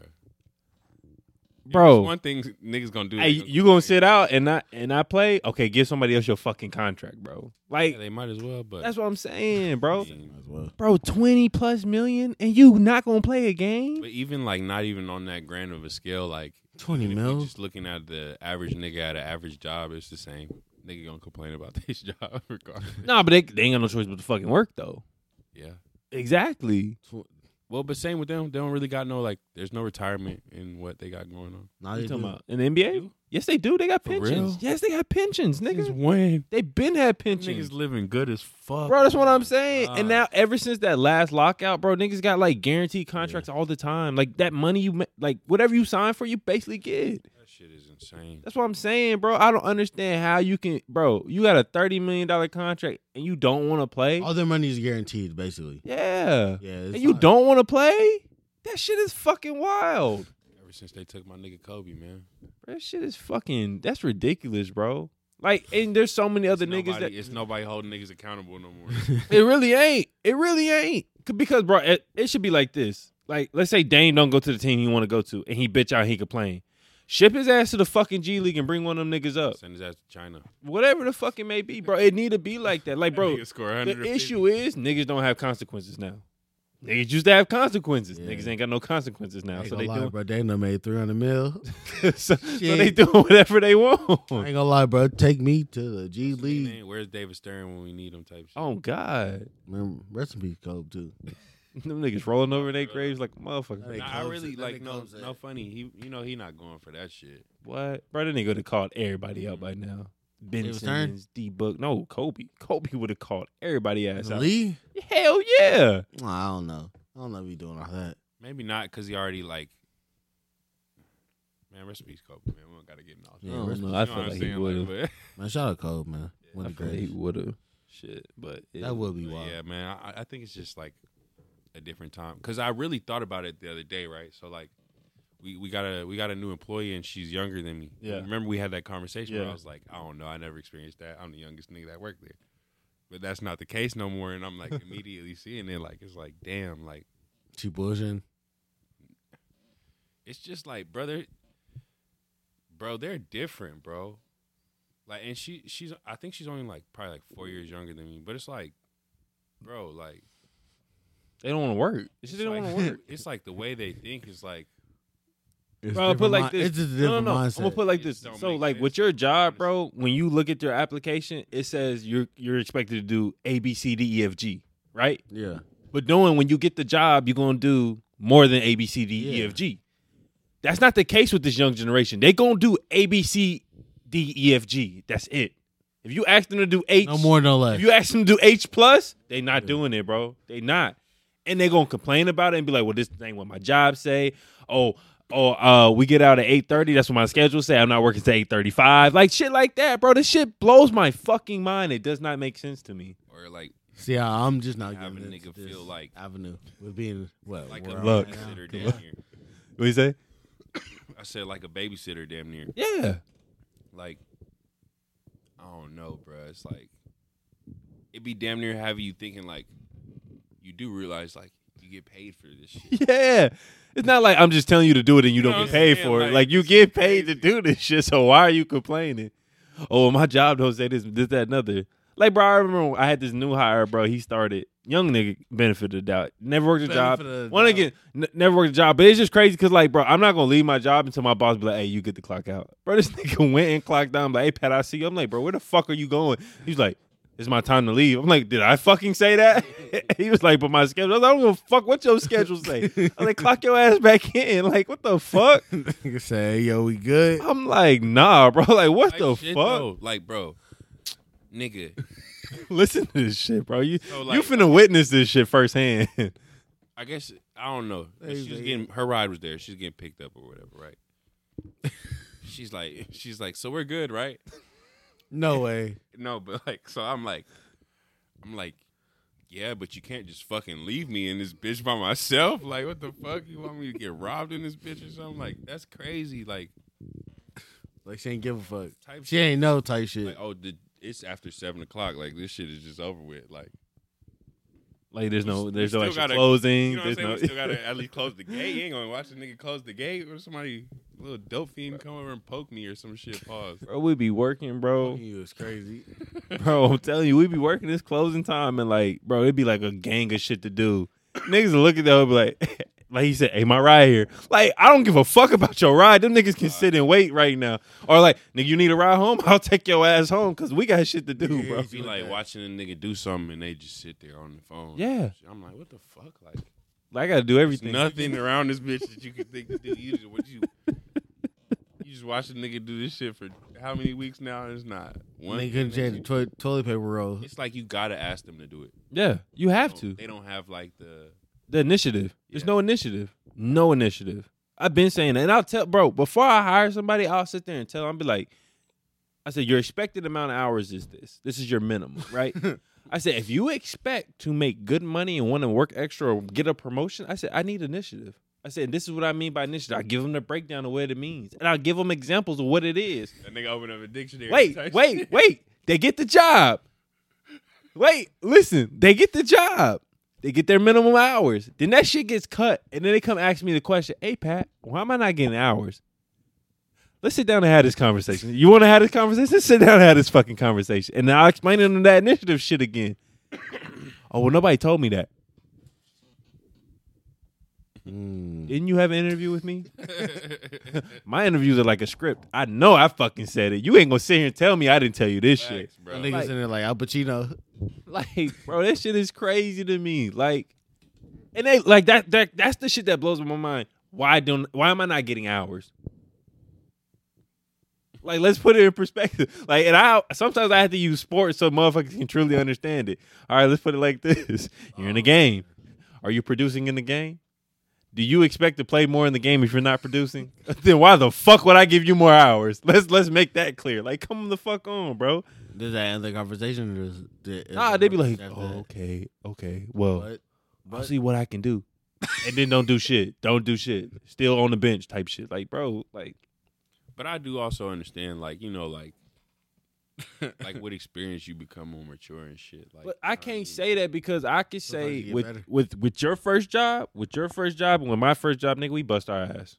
B: Bro.
A: one thing niggas gonna do.
B: Hey,
A: they
B: you gonna
A: complain.
B: sit out and not and not play? Okay, give somebody else your fucking contract, bro. Like
A: Yeah, they might as well, but
B: that's what I'm saying, bro.
A: I mean,
C: As well.
B: Bro, twenty plus million, and you not gonna play a game?
A: But even like not even on that grand of a scale, like
C: 20
A: even if
C: mil?
A: you just looking at the average nigga at an average job, it's the same. Nigga gonna complain about this job regardless.
B: Nah, but they, they ain't got no choice but to fucking work though.
A: Yeah.
B: Exactly.
A: Well, but same with them. They don't really got no like. There's no retirement in what they got going on.
C: Now
B: You
C: they
B: talking
C: do.
B: about in the NBA? Yes, they do. They got
A: For real?
B: pensions. Yes, they got pensions, niggas.
A: when
B: They been had pensions.
A: niggas living good as fuck,
B: Bro, that's what I'm saying.
A: God.
B: And now, ever since that last lockout, bro, niggas got like guaranteed contracts all the time. Like that money you, ma- like whatever you sign for, you basically get.
A: That shit is insane.
B: That's what I'm saying, bro. I don't understand how you can, bro. You got a thirty million dollar contract and you don't want to play.
C: All their money is guaranteed, basically.
B: yeah,
C: Yeah. it's
B: and you
C: not-
B: don't want to play. That shit is fucking wild.
A: Ever since they took my nigga Kobe, man.
B: Bro, that shit is fucking. That's ridiculous, bro. Like, and there's so many other
A: it's
B: niggas
A: nobody,
B: that
A: it's nobody holding niggas accountable no more.
B: it really ain't. It really ain't C- because, bro, it, it should be like this. Like, let's say Dane don't go to the team he want to go to, and he bitch out, and he complain. Ship his ass to the fucking G League and bring one of them niggas up.
A: Send his ass to China,
B: Whatever the fuck it may be, bro. It need to be like that. Like, bro,
A: That nigga score 150.
B: The issue is niggas don't have consequences now. Niggas used to have consequences.
C: Yeah.
B: Niggas ain't got no consequences now,
C: I ain't
B: so
C: gonna
B: they
C: lie,
B: do.
C: bro. They done made 300 mil.
B: so, so they
C: Shit.
B: doing whatever they
C: I
B: want.
C: ain't gonna lie, bro. Take me to the G
A: Nigga,
C: League.
A: man, Where's David Stern when we need him? Type shit.
B: Oh God,
C: Remember, rest in peace, Kobe too.
B: them niggas rolling over their graves like motherfucker.
C: Hey.
A: Nah, I
C: comes-
A: really
C: then
A: Oh, like
C: it
A: no,
C: comes
A: no
C: at-
A: funny. He, you know, he not going for that shit.
B: What, bro? They nigga would have called everybody out by now. Ben
C: David Stern?
B: Simmons, D Book, no Kobe. Kobe would have called everybody ass out.
C: Lee?
B: Hell yeah.
C: Nah, I don't know. I don't know if you doing all that.
A: Maybe not because he already like. Man, rest in peace, Kobe. Man, we don't gotta get involved.
C: Yeah,
B: I don't
C: rest-
B: know.
A: You
B: I
A: know
B: feel
A: what I'm
B: like he
A: saying?
B: would have.
A: Like,
C: Man, shout out Kobe, man. One
B: I
C: of the
B: feel like he
C: greatest.
B: would have. Shit, but it-
C: That would be
A: but-
C: wild.
A: yeah, man. I, I think it's just like a different time because I really thought about it the other day, right? So like, we, we got a we got a new employee and she's younger than me.
B: Yeah.
A: Remember we had that conversation where
B: Yeah.
A: I was like, I don't know, I never experienced that. I'm the youngest nigga that worked there, but that's not the case no more. And I'm like immediately seeing it, like it's like damn, like.
C: She bullshitting.
A: it's just like brother bro they're different bro like and she she's i think she's only like probably like four years younger than me but it's like bro like
B: they don't want to work. They
A: it's
B: just don't
A: like,
B: want to work.
A: it's like the way they think is like
C: It's
B: Bro, I'll put
C: different
B: like
C: mi-
B: this.
C: It's just a
B: no, no,
C: different
B: no.
C: mindset.
B: I'm gonna put like
A: It
B: this.
A: just don't
B: So,
A: make
B: like
A: sense.
B: with your job, bro, when you look at your application, it says you're you're expected to do A, B, C, D, E, F, G, right?
C: yeah.
B: But doing when you get the job, you're gonna do more than A, B, C, D, E,
C: Yeah.
B: F, G. That's not the case with this young generation. They gonna do A, B, C, D, E, F, G. That's it. If you ask them to do H,
C: No more, no less.
B: if you ask them to do H plus, they not
C: Yeah.
B: doing it, bro. They not, and they gonna complain about it and be like, "Well, this thing what my job say." Oh, oh, uh, we get out at eight thirty. That's what my schedule say. I'm not working till eight thirty five. Like shit, like that, bro. This shit blows my fucking mind. It does not make sense to me.
A: or like
C: See, I- I'm just not
A: Having
C: giving
A: a nigga
C: this
A: feel like-
C: avenue with being well.
A: like
C: where
A: a
C: I'm
B: Look.
C: at
A: babysitter
C: now.
A: damn near
B: What you say?
A: i said like a babysitter damn near
B: Yeah,
A: like I don't know, bruh. It's like it'd be damn near having you thinking like you do realize like you get paid for this shit.
B: yeah. It's not like I'm just telling you to do it and you
A: You know
B: don't
A: what
B: get
A: I'm
B: paid
A: saying?
B: for it.
A: Like,
B: Like you
A: it's
B: get paid to
A: crazy.
B: do this shit. So why are you complaining? Oh, my job don't say this, this, that, another. Like, bro, I remember when I had this new hire, bro. He started young nigga benefit of the doubt. Never worked a job.
C: Benefit of the
B: One
C: doubt.
B: again, n- never worked a job. But it's just crazy because, like, bro, I'm not gonna leave my job until my boss be like, "Hey, you get the clock out." Bro, this nigga went and clocked down. I'm like, "Hey, Pat, I see you." I'm like, "Bro, where the fuck are you going?" He's like, it's my time to leave. I'm like, did I fucking say that? he was like, but my schedule. I, was like, I don't give a fuck what your schedule say. I'm like, clock your ass back in. Like, what the fuck?
C: Nigga say, yo, we good.
B: I'm like, nah, bro. Like, what
A: Like,
B: the
A: shit,
B: fuck?
A: though. Like, bro, nigga,
B: Listen to this shit, bro. You
A: So, like-
B: you finna witness this shit firsthand.
A: I guess I don't know.
C: Hey,
A: She was
C: man.
A: getting her ride was there. She's getting picked up or whatever, right? she's like, she's like, so we're good, right?
C: No way.
A: No, but like, so I'm like, I'm like, yeah, but you can't just fucking leave me in this bitch by myself. Like, what the fuck? You want me to get robbed in this bitch or something? Like, that's crazy. Like,
C: Like she ain't give a fuck.
A: type
C: She
A: shit.
C: ain't no type
A: Like,
C: shit.
A: oh, the, it's after seven o'clock. Like, this shit is just over with. Like,
B: like, there's no,
A: We
B: there's
A: still
B: no extra
A: gotta-
B: closing.
A: you know what I'm
B: there's
A: saying?
B: no,
A: We still gotta at least close the gate. You ain't gonna watch a nigga close the gate or somebody little dope fiend come over and poke me or some shit. Pause.
B: bro, we be working,
A: oh.
B: bro.
C: He was crazy.
B: Bro, I'm telling you, we be working this closing time and like, bro, it'd be like a gang of shit to do. Niggas will look at that and be like, like he said, hey, my ride here. Like, I don't give a fuck about your ride. Them niggas can sit and wait right now. Or like, nigga, you need a ride home? I'll take your ass home because we got shit to do, bro.
A: It'd be like watching a nigga do something and they just sit there on the phone.
B: Yeah.
A: I'm like, what the fuck? Like,
B: Like, I gotta do
A: there's
B: everything.
A: nothing around this bitch that you could think to do. You just what you you just watch a nigga do this shit for how many weeks now? It's not one.
C: Nigga couldn't
A: thing
C: change
A: that
C: the
A: you-
C: toi- toilet paper roll.
A: It's like you gotta ask them to do it.
B: Yeah, you have
A: They don't-
B: to.
A: They don't have like the
B: The initiative. There's
A: Yeah.
B: no initiative. No initiative. I've been saying that. And I'll tell, bro, before I hire somebody, I'll sit there and tell them, I'll be like, I said, your expected amount of hours is this. This is your minimum, right? I said, if you expect to make good money and want to work extra or get a promotion, I said, I need initiative. I said, this is what I mean by initiative. I give them the breakdown of what it means. And I'll give them examples of what it is.
A: that nigga opened up a dictionary.
B: Wait, wait, wait. They get the job. Wait, listen. They get the job. They get their minimum hours. Then that shit gets cut, and then they come ask me the question, "Hey Pat, why am I not getting hours?" Let's sit down and have this conversation. You want to have this conversation? Let's sit down and have this fucking conversation. And I'll explain to them that initiative shit again. oh well, nobody told me that. Didn't you have an interview with me? My interviews are like a script. I know I fucking said it. You ain't gonna sit here and tell me I didn't tell you this shit.
A: Facts, bro.
C: Niggas
B: Like-
C: in there like Al Pacino.
B: Like, bro, that shit is crazy to me. Like, and they like that that that's the shit that blows my mind. Why don't why am I not getting hours? Like, let's put it in perspective. Like, and I sometimes I have to use sports so motherfuckers can truly understand it. All right, let's put it like this. You're in a game. Are you producing in the game? Do you expect to play more in the game if you're not producing? then why the fuck would I give you more hours? Let's let's make that clear. Like, come the fuck on, bro.
C: Did that end the conversation? Or is- did- is
B: Nah,
C: it
B: they'd be
C: worse
B: like,
C: after
B: oh,
C: that?
B: okay, okay. Well,
C: But-
B: I'll
C: but-
A: Oh.
B: see what I can do. and then don't do shit. Don't do shit. Still on the bench type shit. Like, bro, like,
A: But I do also understand, like you know, like like with experience you become more mature and shit.
B: but
A: Like, you know
B: I
A: what mean?
B: can't say that because I can
C: Sometimes you
B: say
C: get
B: with
C: better.
B: with with your first job, with your first job, and with my first job, nigga, we bust our ass.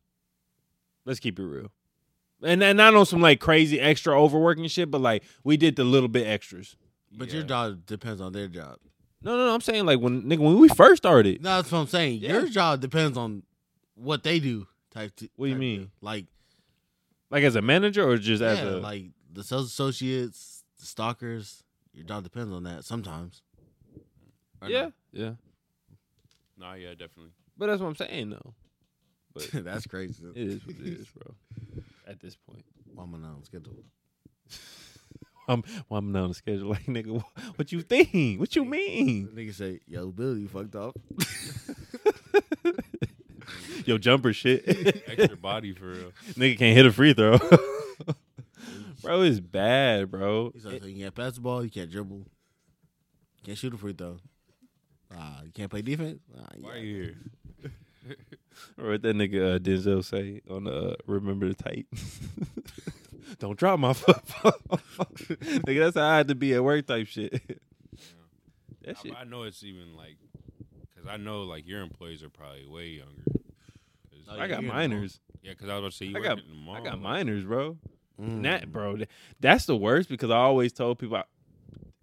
B: Let's keep it real. And and not on some like crazy extra overworking shit, but like we did the little bit extras.
C: But
A: Yeah.
C: your job depends on their job.
B: No, no, no. I'm saying like when nigga when we first started,
C: No, that's what I'm saying.
B: Yeah.
C: Your job depends on what they do. Type. t-
B: What do you
C: type
B: mean?
C: deal. Like,
B: like as a manager or just as
C: yeah,
B: a
C: like the sales associates, the stalkers. Your job depends on that sometimes. Or
B: yeah, yeah.
A: Nah, yeah, definitely.
B: But that's what I'm saying though.
C: not. that's crazy.
B: It is what it is, bro. At this point,
C: Mama not on schedule.
B: I'm well, I'm not on the schedule. Like nigga, wh- what you think? What you
C: The
B: mean?
C: nigga say, "Yo, Bill, you fucked up."
B: Yo, jumper shit.
A: Extra body for real.
B: nigga can't hit a free throw. bro, it's bad, bro.
C: He's like, so "You can't pass the ball. You can't dribble. Can't shoot a free throw. Ah, you can't play defense. Ah,
A: Why
C: yeah.
A: are you here?
B: Or what that nigga uh, Denzel say on uh, "Remember the Tight." Don't drop my football, nigga. That's how I had to be at work type shit. That shit.
A: I, I know it's even like, cause I know like your employees are probably way younger. 'Cause-
C: Oh,
B: I got
C: you're in the
B: minors.
A: yeah, cause I was about to say you
B: I
A: work
B: got-
A: at the mall.
B: I got
A: like,
B: minors, bro.
C: Mm.
B: And that, bro, th- that's the worst because I always told people, I,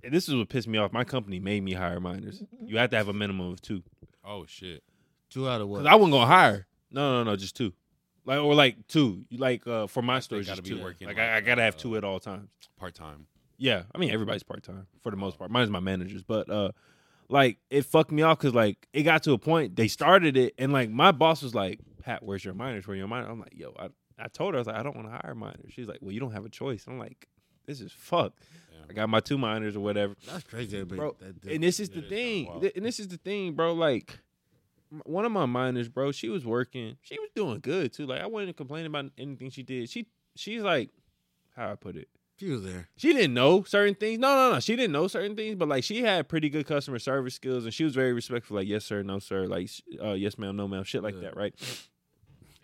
B: and this is what pissed me off. My company made me hire minors. You have to have a minimum of two
A: Oh shit.
C: Two out of
B: because
C: what?
B: I wasn't gonna hire. No, no, no, just two, like or like two. You Like uh, for my store, it's
A: gotta
B: just
A: be
B: two.
A: working
B: like
A: like,
B: I, I gotta have
A: uh,
B: two at all times.
A: Part time.
B: Yeah, I mean everybody's part time for the
A: Oh.
B: most part. Mine's my managers, but uh, like it fucked me off because like it got to a point they started it and like my boss was like, "Pat, where's your minors? Where your minor?" I'm like, "Yo, I, I told her I was like, I don't want to hire minors." She's like, "Well, you don't have a choice." I'm like, "This is fucked.
A: Yeah.
B: I got my two minors or whatever."
C: That's crazy, but
B: Bro,
C: that,
B: and this is
A: It
B: the
A: is kinda
B: thing.
A: wild.
B: Th- And this is the thing, bro. Like m- one of my minors, bro, she was working. She was doing good too. Like I wasn't complaining about anything she did. She she's like, how I put it.
C: she was there.
B: She didn't know certain things. No, no, no. She didn't know certain things, but like she had pretty good customer service skills, and she was very respectful. Like yes sir, no sir, like sh- uh, yes ma'am, no ma'am, shit like
C: Yeah.
B: that, right?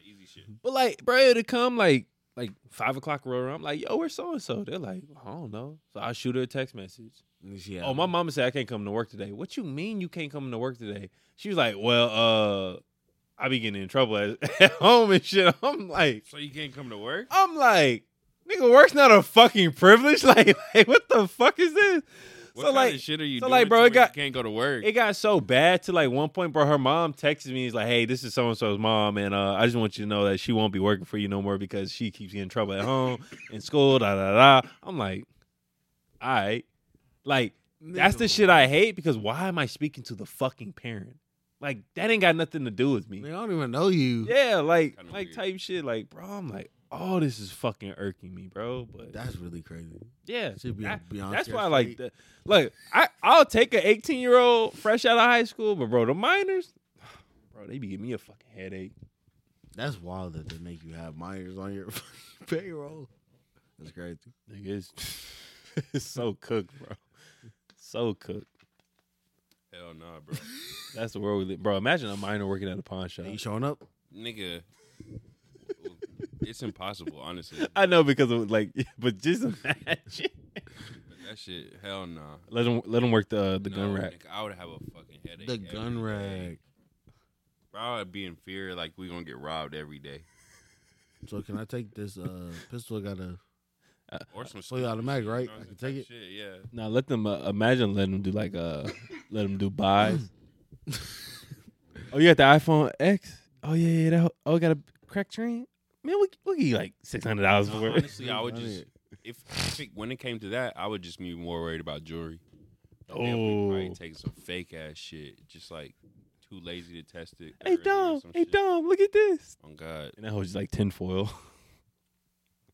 A: Easy shit.
B: But like, bro, it'll come like like five o'clock roll around. I'm like, yo, where's so and so? They're like, I don't know. So I shoot her a text message.
C: And she had-
B: Oh, my mama said I can't come to work today. What you mean you can't come to work today? She was like, Well, uh, I be getting in trouble at, at home and shit. I'm like,
A: So you can't come to work?
B: I'm like, nigga, work's not a fucking privilege. Like, like what the fuck is this?
A: What
B: so
A: kind
B: like,
A: of shit are you
B: so,
A: doing?
B: like,
A: to
B: bro, it
A: where you
B: got-
A: can't go to work.
B: it got so bad to like one point, bro. Her mom texted me. He's like, "Hey, this is so and so's mom, and uh, I just want you to know that she won't be working for you no more because she keeps getting in trouble at home in school." Da da da. I'm like, all right, like that's the
C: Nigga.
B: shit I hate because why am I speaking to the fucking parent? Like that ain't got nothing to do with me.
C: Nigga, I don't even know you.
B: Yeah, like
A: Kinda
B: like
A: weird.
B: type shit. Like, bro, I'm like, oh, this is fucking irking me, bro. But
C: That's really crazy.
B: yeah,
C: She'd be
B: I-
C: on Beyonce
B: that's why,
C: or
B: like,
C: Fate.
B: the, look, I I'll take an eighteen year old fresh out of high school, but bro, the minors, bro, they be giving me a fucking headache.
C: That's wild that they make you have minors on your payroll. That's crazy.
B: Nigga, it's, it's so cooked, bro, so cooked.
A: Hell nah, bro.
B: That's the world we live, bro. Imagine a minor working at a pawn shop.
C: Are you showing up?
A: Nigga. It's impossible, honestly.
B: I know because of like, but just imagine.
A: That shit, hell nah.
B: let them let them work the the gun
A: No,
B: rack.
A: nigga, I would have a fucking headache.
C: The
A: every
C: gun
A: day.
C: rag.
A: Bro, I would be in fear like we gonna get robbed every day.
C: So can I take this uh, pistol? I got a
A: Or some
C: fully automatic, right?
A: You know
C: I
A: what
C: can
A: I'm saying?
C: take it.
A: Shit, yeah.
B: Now let them uh, imagine letting them do like uh let them do buys. oh, you got the iPhone X? Oh yeah, yeah. That, oh, got a crack train. Man, we we give you like six hundred dollars
A: No,
B: for it.
A: honestly, I would just if, if it, when it came to that, I would just be more worried about jewelry. Like, damn, we probably
B: Oh.
A: taking some fake ass shit, just like too lazy to test it.
B: Hey
A: or
B: Dom,
A: some
B: hey
A: shit.
B: Dom, look at this.
A: Oh God,
B: And that was just like tinfoil.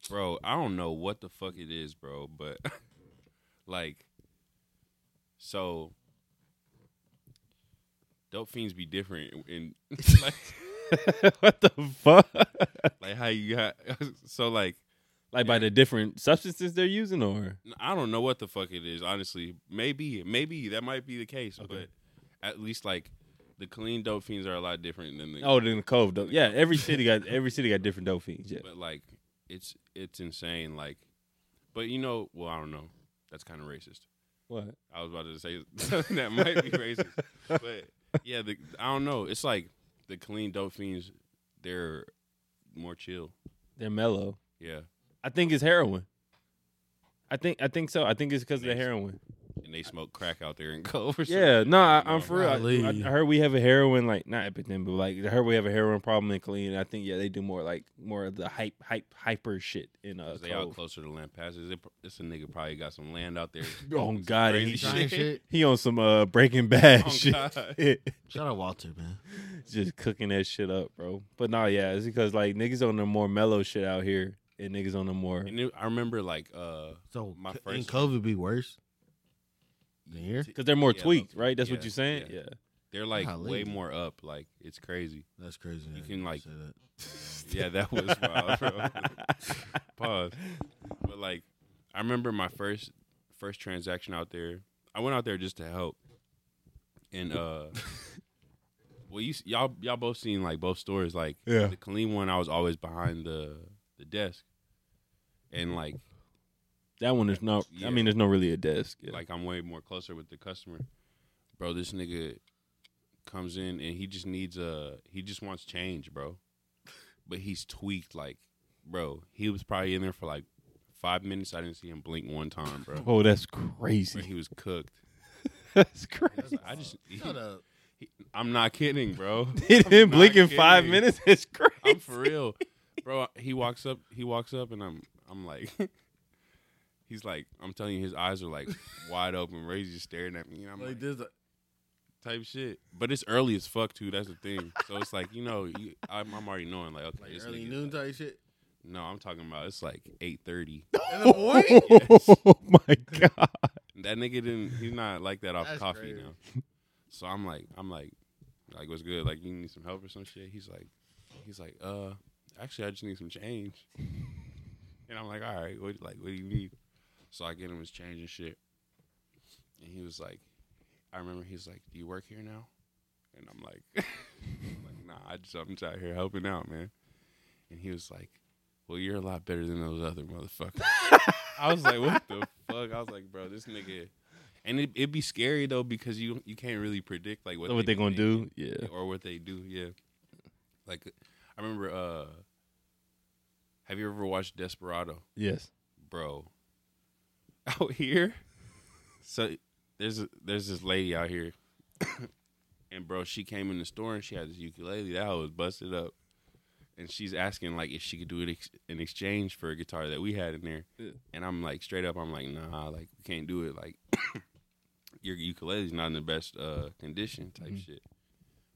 A: bro, I don't know what the fuck it is, bro, but like, so dope fiends be different in like,
B: what the fuck?
A: like how you got so like
B: like by the different substances they're using, or
A: N- I don't know what the fuck it is, honestly. Maybe, maybe that might be the case,
B: Okay.
A: but at least like the clean dope fiends are a lot different than the.
B: oh, then the cove. Dope. Yeah, every city got every city got different dope fiends. Yeah.
A: But like, it's it's insane. Like, but you know, well, I don't know. That's kind of racist.
B: What?
A: I was about to say something that might be racist, but yeah, the, I don't know. It's like the clean dope fiends, they're more chill.
B: They're mellow.
A: Yeah,
B: I think it's heroin. I think I think so. I think it's because of the
A: Next.
B: heroin.
A: and they smoke crack out there and go for
B: Yeah, no, I, I'm for real. I,
C: Golly.
B: I heard we have a heroin like not epidemic, but like I heard we have a heroin problem in Killeen. I think yeah, they do more like more of the hype, hype, hyper shit in uh.
A: They out
B: Cove.
A: closer to land passes. It, this a nigga probably got some land out there.
B: Oh God,
A: Crazy
B: he,
C: Trying shit.
B: he on some uh Breaking Bad
A: Oh, God.
B: shit,
C: Shout out Walter, man.
B: just cooking that shit up, bro. But no, yeah, it's because like niggas on the more mellow shit out here, and niggas on the more
A: And it, I remember like uh
C: So
A: My
C: my first
A: first
C: ain't COVID be worse than here?
B: because they're more
A: Yeah,
B: tweaked,
A: those-
B: right? That's what
A: yeah,
B: you're saying. Yeah,
A: yeah. they're like
C: Golly.
A: way more up. Like it's crazy.
C: That's crazy. that
A: can, like-
C: say that.
A: Yeah, that was wild. Bro. Pause. But like, I remember my first first transaction out there. I went out there just to help. And uh, well, you s- y'all y'all both seen like both stores. Like
B: Yeah.
A: the clean one, I was always behind the the desk, and like
B: that one is not.
A: Yeah.
B: I mean, there's no really a desk. Yeah.
A: like I'm way more closer with the customer. Bro, this nigga comes in and he just needs a he just wants change, bro. But he's tweaked like, bro, he was probably in there for like 5 minutes. I didn't see him blink one time, bro.
B: oh, that's
A: Bro,
B: crazy.
A: he was cooked.
B: that's crazy.
A: I just
C: Shut up.
A: I'm not kidding, bro.
B: He didn't
A: not
B: blink in five
A: kidding.
B: minutes. It's crazy.
A: I'm for real. Bro, he walks up, he walks up and I'm I'm like He's like, I'm telling you, his eyes are like wide open. Ray's just staring at me. And I'm like,
C: Like this, uh,
A: type shit. But it's early as fuck too. That's the thing. So it's like you know, you, I'm, I'm already knowing like okay,
C: like
A: this
C: early
A: nigga's
C: noon
A: like-
C: type shit.
A: no, I'm talking about it's like eight thirty.
C: In the morning?
E: Oh my god!
A: That nigga didn't. He's not like that off
C: That's
A: coffee
C: crazy.
A: now. So I'm like, I'm like, like what's good? Like you need some help or some shit? He's like, he's like, uh, actually I just need some change. And I'm like, all right, what like what do you need? So I get him his change and shit. And he was like, I remember he's like, do you work here now? And I'm like, I'm like nah, I just I'm just out here helping out, man. And he was like, well, you're a lot better than those other motherfuckers. I was like, what the fuck? I was like, bro, this nigga. And it, it'd be scary though because you you can't really predict like what,
E: Know what they gonna do? Yeah.
A: or what they do. Yeah, like I remember. uh Have you ever watched Desperado,
E: Yes.
A: bro? Out here, so there's a, there's this lady out here, and bro, she came in the store and she had this ukulele that was busted up, and she's asking like if she could do it ex- in exchange for a guitar that we had in there,
E: Yeah.
A: and I'm like straight up, I'm like nah, like we can't do it, like your ukulele's not in the best uh condition type
E: Mhm.
A: shit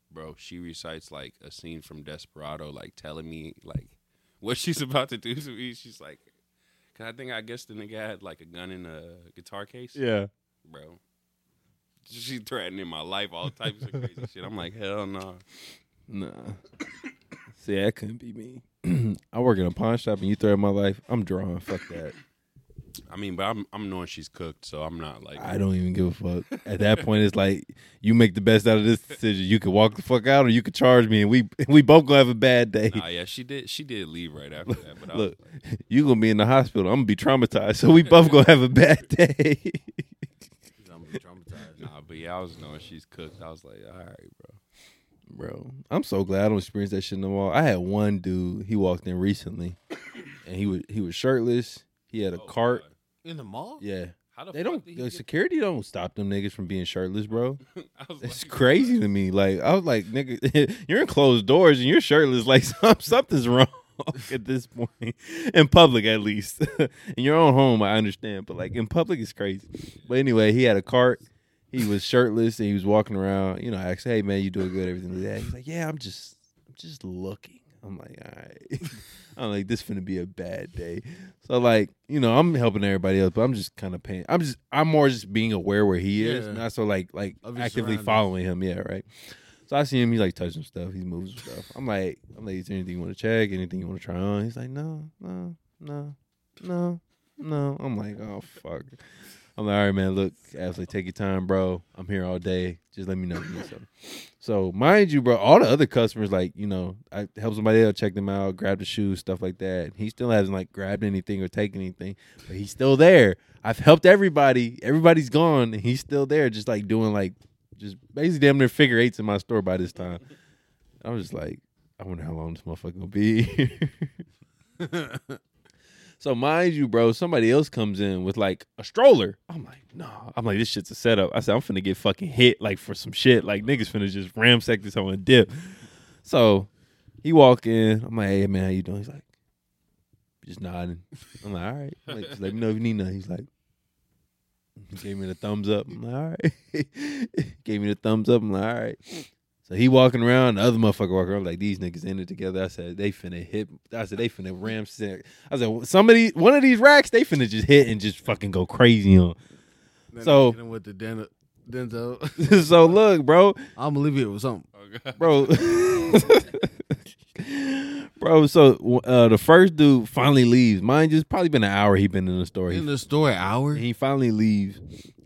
A: bro she recites like a scene from desperado like telling me like what she's about to do to me she's like because i think i guess the nigga had like a gun in a guitar case
E: Yeah.
A: bro she threatening my life all types of crazy shit i'm like hell no
E: Nah.
B: See, that couldn't be me. I work in a pawn shop and you throw my life. I'm drawing. Fuck that.
A: i mean but i'm i'm knowing she's cooked so i'm not like
B: I don't even give a fuck. At that point, it's like you make the best out of this decision. You could walk the fuck out, or you could charge me, and we we both gonna have a bad day.
A: Nah, yeah, she did. She did leave right after that. But I was
B: Look, you gonna be in the hospital. I'm gonna be traumatized, so we both gonna have a bad day.
C: I'm traumatized.
A: like, nah, but yeah, I was knowing she's cooked. I was like, all right, bro.
B: Bro, I'm so glad I don't experience that shit no more. I had one dude. He walked in recently, and he was he was shirtless. He had a
A: Oh,
B: cart.
A: God.
C: In the mall?
B: Yeah,
A: How the
B: they
A: fuck
B: don't.
A: did he
B: The
A: get-
B: security don't stop them niggas from being shirtless, bro.
A: I was
B: It's
A: like,
B: crazy to me. Like I was like, nigga, you're in closed doors and you're shirtless. Like some- something's wrong at this point in public, at least. in your own home, I understand, but like in public, it's crazy. But anyway, he had a cart. He was shirtless and he was walking around. You know, I asked, "Hey man, you doing good? Everything like that?" He's like, "Yeah, I'm just, I'm just looking." I'm like, "All right." I'm like, "This finna be a bad day." So like, you know, I'm helping everybody else, but I'm just kind of paying. I'm just, I'm more just being aware where he is,
C: Yeah.
B: not so like, like
C: Of your
B: actively
C: surroundings.
B: following him. Yeah, right. So I see him. He's like touching stuff. He's moving some stuff. I'm like, I'm like, is there anything you want to check? Anything you want to try on? He's like, no, no, no, no, no. I'm like, oh fuck. I'm like, all right, man. Look, Ashley, take your time, bro. I'm here all day. Just let me know. if you need something." So mind you, bro, all the other customers, like you know, I help somebody else check them out, grab the shoes, stuff like that. He still hasn't like grabbed anything or taken anything, but he's still there. I've helped everybody. Everybody's gone, and he's still there, just like doing like just basically damn near figure eights in my store by this time. I was just like, I wonder how long this motherfucker gonna be. here. so mind you, bro, somebody else comes in with like a stroller. I'm like, nah. I'm like, this shit's a setup. I said, I'm finna get fucking hit like for some shit. Like niggas finna just ramsack this on a dip. So he walk in. I'm like, hey man, how you doing? He's like, just nodding. I'm like, all right. I'm like, just let me know if you need nothing. He's like, he gave me the thumbs up. I'm like, all right. gave me the thumbs up. I'm like, all right. So he walking around, the other motherfucker walking around like these niggas in it together. I said they finna hit. I said they finna ram sick. I said somebody, one of these racks, they finna just hit and just fucking go crazy on.
C: Then
B: So-
C: I hit him with the den- Denzel.
B: so look, bro,
C: I'm gonna leave it with something.
A: Oh, God.
B: bro, bro. So uh, the first dude finally leaves. Mind you, it's probably been an hour. He been in the store. He
C: In the store, hour.
B: And he finally leaves,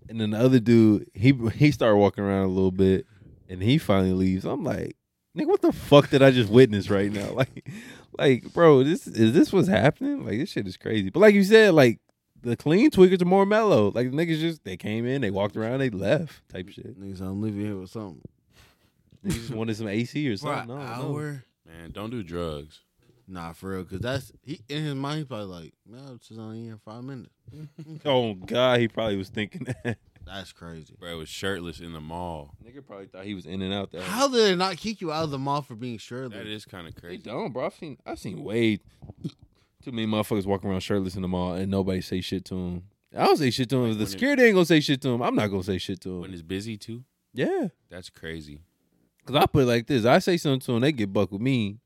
B: and then the other dude he he started walking around a little bit, and he finally leaves. I'm like, nigga, what the fuck did I just witness right now? Like, like, bro, this is this what's happening? Like, this shit is crazy. But like you said, like the clean tweakers are more mellow. Like the niggas just they came in, they walked around, they left, type shit.
C: Niggas, I'm leaving here with something.
B: They just wanted some AC or
C: For
B: something.
C: an
B: No, no.
C: hour?
A: man, don't do drugs.
C: Nah, for real, cause that's he in his mind. He's probably like, man, I'm just only here five minutes.
B: Oh god, he probably was thinking that.
C: That's crazy.
A: Bro, it was shirtless in the mall.
B: Nigga probably thought he was in and out there.
C: How did they not kick you out of the mall for being
A: That
C: shirtless?
A: is kind of
B: They
A: crazy.
B: don't, bro. I've seen I've seen way too many motherfuckers walk around shirtless in the mall and nobody say shit to them. I don't say shit to him. If the
A: when it-
B: security ain't gonna say shit to him, I'm not gonna say shit to
A: When
B: him.
A: it's busy too,
B: Yeah,
A: that's crazy.
B: cause I put it like this: I say something to him, they get buck with me.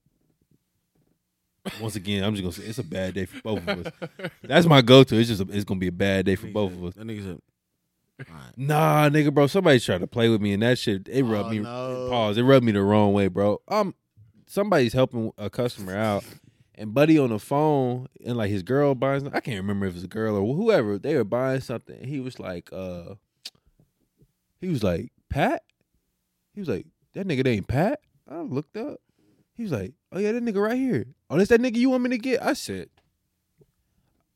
B: Once again, I'm just gonna say it's a bad day for both of us. That's my go-to. It's just a, it's gonna be a bad day for both of us.
C: That nigga said, all right.
B: Nah, nigga, bro. Somebody tried to play with me, and that shit it rubbed
C: Oh,
B: me.
C: no.
B: Pause. It rubbed me the wrong way, bro. Um, somebody's helping a customer out, and buddy on the phone, and like his girl buying. I can't remember if it's a girl or whoever. They were buying something. He was like, uh, he was like Pat. He was like that nigga ain't Pat. I looked up. He was like, oh yeah, that nigga right here. Oh, that's that nigga you want me to get. I said,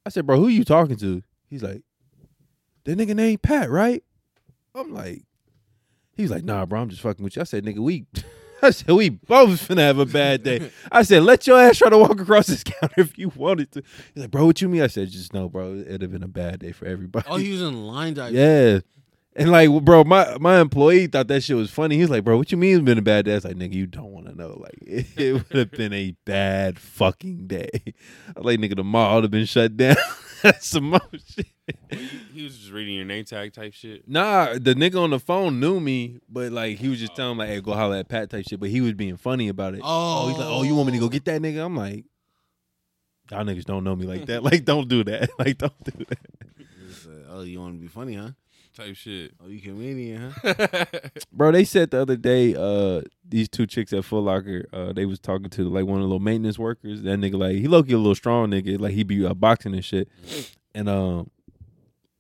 B: I said, bro, who you talking to? He's like, that nigga name Pat, right? I'm like, he was like, nah, bro, I'm just fucking with you. I said, nigga, we, I said, we both finna have a bad day. I said, let your ass try to walk across this counter if you wanted to. He's like, bro, what you mean? I said, just no, bro, it'd have been a bad day for everybody.
C: Oh, he was in line dive.
B: yeah. And like, well, bro, my, my employee thought that shit was funny. He's like, bro, what you mean it's been a bad day? I was like, nigga, you don't want to know. Like, it, it would have been a bad fucking day. I was like, nigga, the mall would have been shut down. That's some more shit.
A: Well, you- he was just reading your name tag type shit.
B: Nah, the nigga on the phone knew me, but like he was just telling like, "Hey, go holler at Pat" type shit. But he was being funny about it.
C: Oh,
B: he's like, "Oh, you want me to go get that nigga?" I'm like, "Y'all niggas don't know me like that. Like, don't do that. Like, don't do that."
C: He said, oh, you want to be funny, huh?
A: Type shit.
C: Oh, you comedian, huh?
B: Bro, they said the other day, uh, these two chicks at Foot Locker, uh, they was talking to like one of the little maintenance workers. That nigga like he low key a little strong nigga, like he be uh, boxing and shit. And um,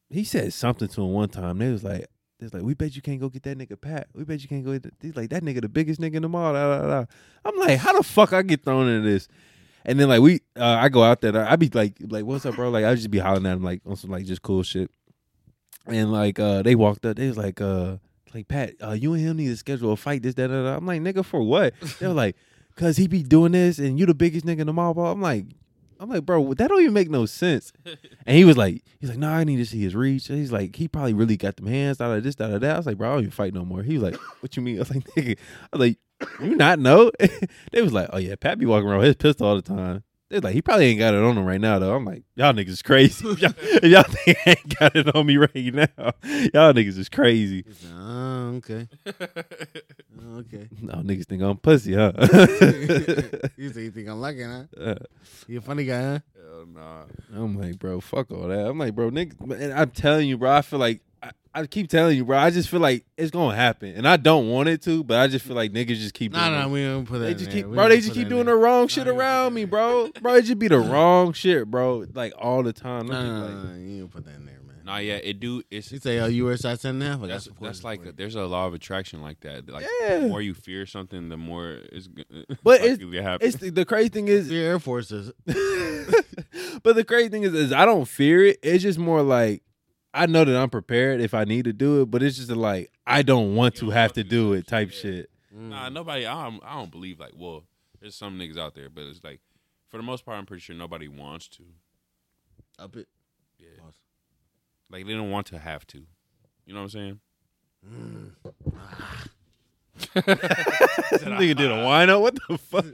B: he said something to him one time. They was like, they was like, we bet you can't go get that nigga Pat. We bet you can't go. Get that. He's like that nigga, the biggest nigga in the mall. Da, da, da. I'm like, how the fuck I get thrown into this? And then like we, uh, I go out there. I I be like, like what's up, bro? Like I just be hollering at him like on some like just cool shit. And like uh, they walked up. They was like, uh like Pat, uh, you and him need to schedule a fight. This, that, that, that. I'm like, nigga, for what? They were like, cause he be doing this, and you the biggest nigga in the mall. Ball. I'm like, I'm like, bro, that don't even make no sense. And he was like, he's like, nah, I need to see his reach. And he's like, he probably really got them hands out of this, out of that. I was like, bro, I don't even fight no more. He was like, what you mean? I was like, nigga, I was like, you not know? they was like, oh yeah, Pat be walking around with his pistol all the time. They're like, he probably ain't got it on him right now though. I'm like, y'all niggas crazy. If y'all, if y'all think I ain't got it on me right now, y'all niggas is crazy.
C: He said, oh, okay. Oh, okay.
B: No, niggas think I'm pussy, huh?
C: You think you think I'm lucky, huh?
B: Uh,
C: You a funny guy, huh?
A: Hell nah.
B: I'm like, bro, fuck all that. I'm like, bro, nigga, and I'm telling you, bro, I feel like I, I keep telling you, bro, I just feel like it's gonna happen, and I don't want it to, but I just feel like niggas just keep.
C: Nah,
B: doing
C: nah,
B: it.
C: we don't put that.
B: They
C: in
B: just
C: there.
B: keep,
C: We
B: bro.
C: don't
B: They
C: put
B: just
C: that
B: keep
C: in
B: doing the
C: there.
B: wrong shit
C: Nah, you
B: around
C: put
B: me,
C: that in
B: bro. Bro, it just be the wrong shit, bro. Like all the time. I'm
C: Nah,
B: just
C: nah,
B: like-
C: nah, nah, you don't put that in there, man.
A: Nah, yeah, it do. It's
C: She say, "Oh, you were size ten and a half." I got
A: that's
C: some
A: that's
C: questions
A: like
C: for
A: a,
C: you.
A: there's a law of attraction like that. Like
B: Yeah.
A: the more you fear something, the more it's. g-
B: But
A: likely
B: it's-
A: to happen.
B: It's the, the crazy thing is,
C: the Air Forces.
B: but the crazy thing is, is I don't fear it. It's just more like I know that I'm prepared if I need to do it, but it's just like I don't want
A: You
B: to
A: don't
B: have
A: want
B: to
A: to
B: do
A: do
B: it
A: it,
B: type
A: yeah.
B: shit.
C: Mm,
A: Nah, nobody. I don't, I don't believe like. Well, there's some niggas out there, but it's like, for the most part, I'm pretty sure nobody wants to.
C: Up it.
A: Yeah. Like they don't want to have to. You know what I'm saying?
B: Nigga did a wine up. What the fuck?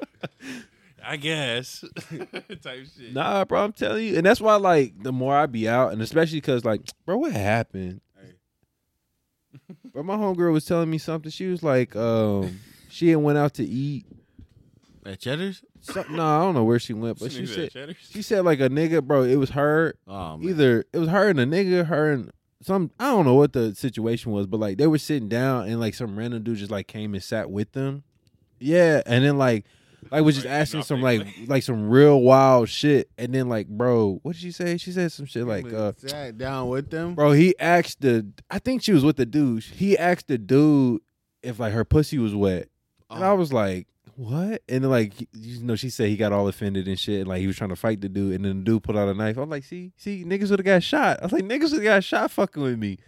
A: I guess. Type shit.
B: Nah, bro, I'm telling you, and that's why like the more I be out, and especially because like, bro, what happened? bro, my homegirl was telling me something. She was like, um, she had went out to eat.
C: At Cheddar's.
B: Something, nah, I don't know where she went, but
A: This
B: she
A: nigga
B: said
A: at Cheddar's?
B: she said like a nigga, bro. It was her
C: Oh man.
B: either it was her and a nigga, her and some I don't know what the situation was, but like they were sitting down and like some random dude just like came and sat with them. Yeah, and then like like was just
A: Right,
B: asking
A: nothing.
B: some like like some real wild shit, and then like bro, what did she say? She said some shit like uh.
C: sat down with them.
B: Bro, he asked the. I think she was with the dude. He asked the dude if like her pussy was wet, and I
A: Um,
C: Oh.
B: was like, "What?" And then like, he- you know, she said he got all offended and shit, and like he was trying to fight the dude, and then the dude pulled out a knife. I'm like, "See, see, niggas would have got shot." I was like, "Niggas would have got shot fucking with me."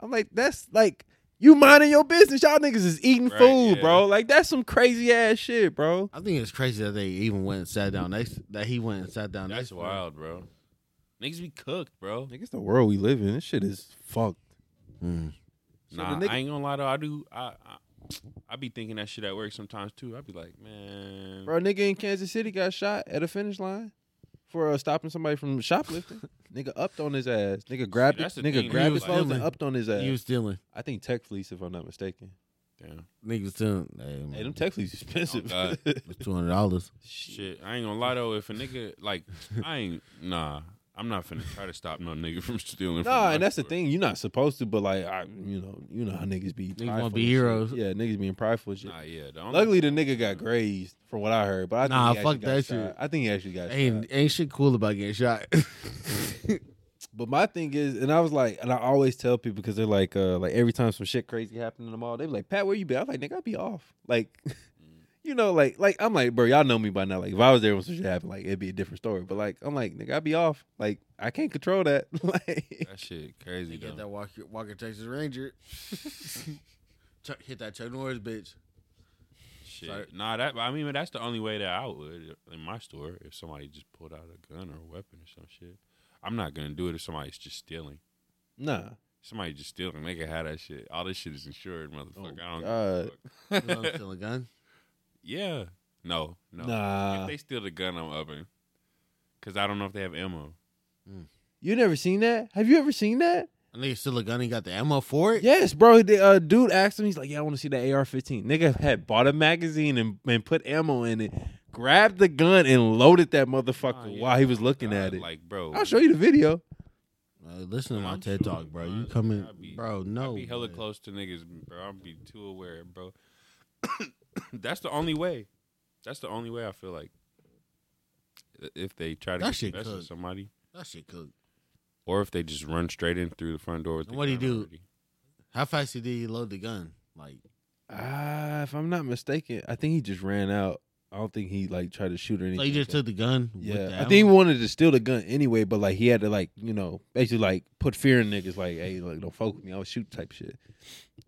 B: I'm like, "That's like you minding your business, y'all niggas is eating
A: Right,
B: food,
A: yeah.
B: bro. Like that's some crazy ass shit, bro."
C: I think it's crazy that they even went and sat down next. That he went and sat down next.
A: That's
C: to her.
A: wild, bro. Niggas be cooked, bro.
B: Niggas, the world we live in, this shit is fucked.
C: Mm.
B: So
A: nah,
B: the nigga-
A: I ain't gonna lie though. I do. I, I I be thinking that shit at work sometimes too. I be like, man,
B: Bro, nigga in Kansas City got shot at a finish line for uh, stopping somebody from shoplifting. nigga upped on his ass. Nigga grabbed
A: that's
B: it.
A: the
B: Nigga
A: thing,
B: grabbed
A: he
B: his
A: was
B: phone and
C: stealing.
B: upped on his ass.
C: You was stealing.
B: I think tech fleece, if I'm not mistaken.
A: Damn.
C: Niggas stealing. Hey,
B: Hey, them
C: man,
B: tech fleece expensive.
A: Oh,
C: two hundred dollars.
A: Shit, I ain't gonna lie though. If a nigga like, I ain't nah. I'm not finna try to stop no nigga from stealing. from
B: Nah,
A: my
B: and that's the
A: store.
B: thing. You're not supposed to, but like, I, you know, you know how niggas be.
C: Niggas wanna
B: prideful
C: be
B: and shit.
C: heroes.
B: Yeah, niggas being prideful and shit.
A: Nah, yeah. The only-
B: Luckily, the nigga got grazed, from what I heard. But I think
C: Nah,
B: he actually
C: fuck
B: got
C: that
B: shot.
C: shit.
B: I think he actually got shot.
C: Ain't ain't shit cool about getting shot.
B: But my thing is, and I was like, and I always tell people because they're like, uh, like every time some shit crazy happened in the mall, they be like, Pat, where you been? I was like, nigga, I be off. Like, you know, like, like I'm like, bro, y'all know me by now. Like, if I was there when some shit happened, like it'd be a different story. But like, I'm like, nigga, I be off. Like, I can't control that. like,
A: that shit crazy
C: You
A: though.
C: get that Walker, Walker Texas Ranger. Chuck, hit that Chuck Norris bitch.
A: Shit.
C: Sorry.
A: Nah, that I mean, but that's the only way that I would in my store if somebody just pulled out a gun or a weapon or some shit. I'm not gonna do it if somebody's just stealing.
B: nah,
A: Somebody just stealing, they can have that shit. All this shit is insured,
C: Oh,
A: motherfucker. I don't give
B: God.
A: a fuck.
C: You know, I'm stealing a gun.
A: yeah. No, no.
B: nah.
A: If they steal the gun, I'm upping. Cause I don't know if they have ammo.
B: you never seen that? Have you ever seen that?
C: A nigga steal a gun. He got the ammo for it.
B: Yes, bro. The uh, dude asked him. He's like, "Yeah, I want to see that AR-15." Nigga had bought a magazine and, and put ammo in it, grabbed the gun and loaded that motherfucker
C: Ah,
A: Nah, yeah.
B: while he was looking
A: God,
B: at it.
A: Like, bro.
B: I'll show you the video.
C: Uh, listen to
A: Nah,
C: my
A: I'm
C: TED
A: shooting
C: Talk, bro. You
A: guns.
C: coming,
A: I'd be-
C: bro? No.
A: I'd be hella
C: man.
A: close to niggas, bro. I'd be too aware, bro. That's the only way. That's the only way I feel like. I- If they try to
C: That
A: get the
C: shit
A: best of
C: cooked.
A: somebody,
C: That shit cooked.
A: or if they just run straight in through the front door with the
C: What'd he
A: gun
C: do?
A: already.
C: How fast did he load the gun? Like,
B: Ah, if I'm not mistaken, I think he just ran out. I don't think he like tried to shoot or anything.
C: so he just took the gun.
B: yeah,
C: With the
B: I think he
C: ammo?
B: wanted to steal the gun anyway, but like he had to like you know basically like put fear in niggas like, hey, like don't fuck with me, I'll shoot type shit.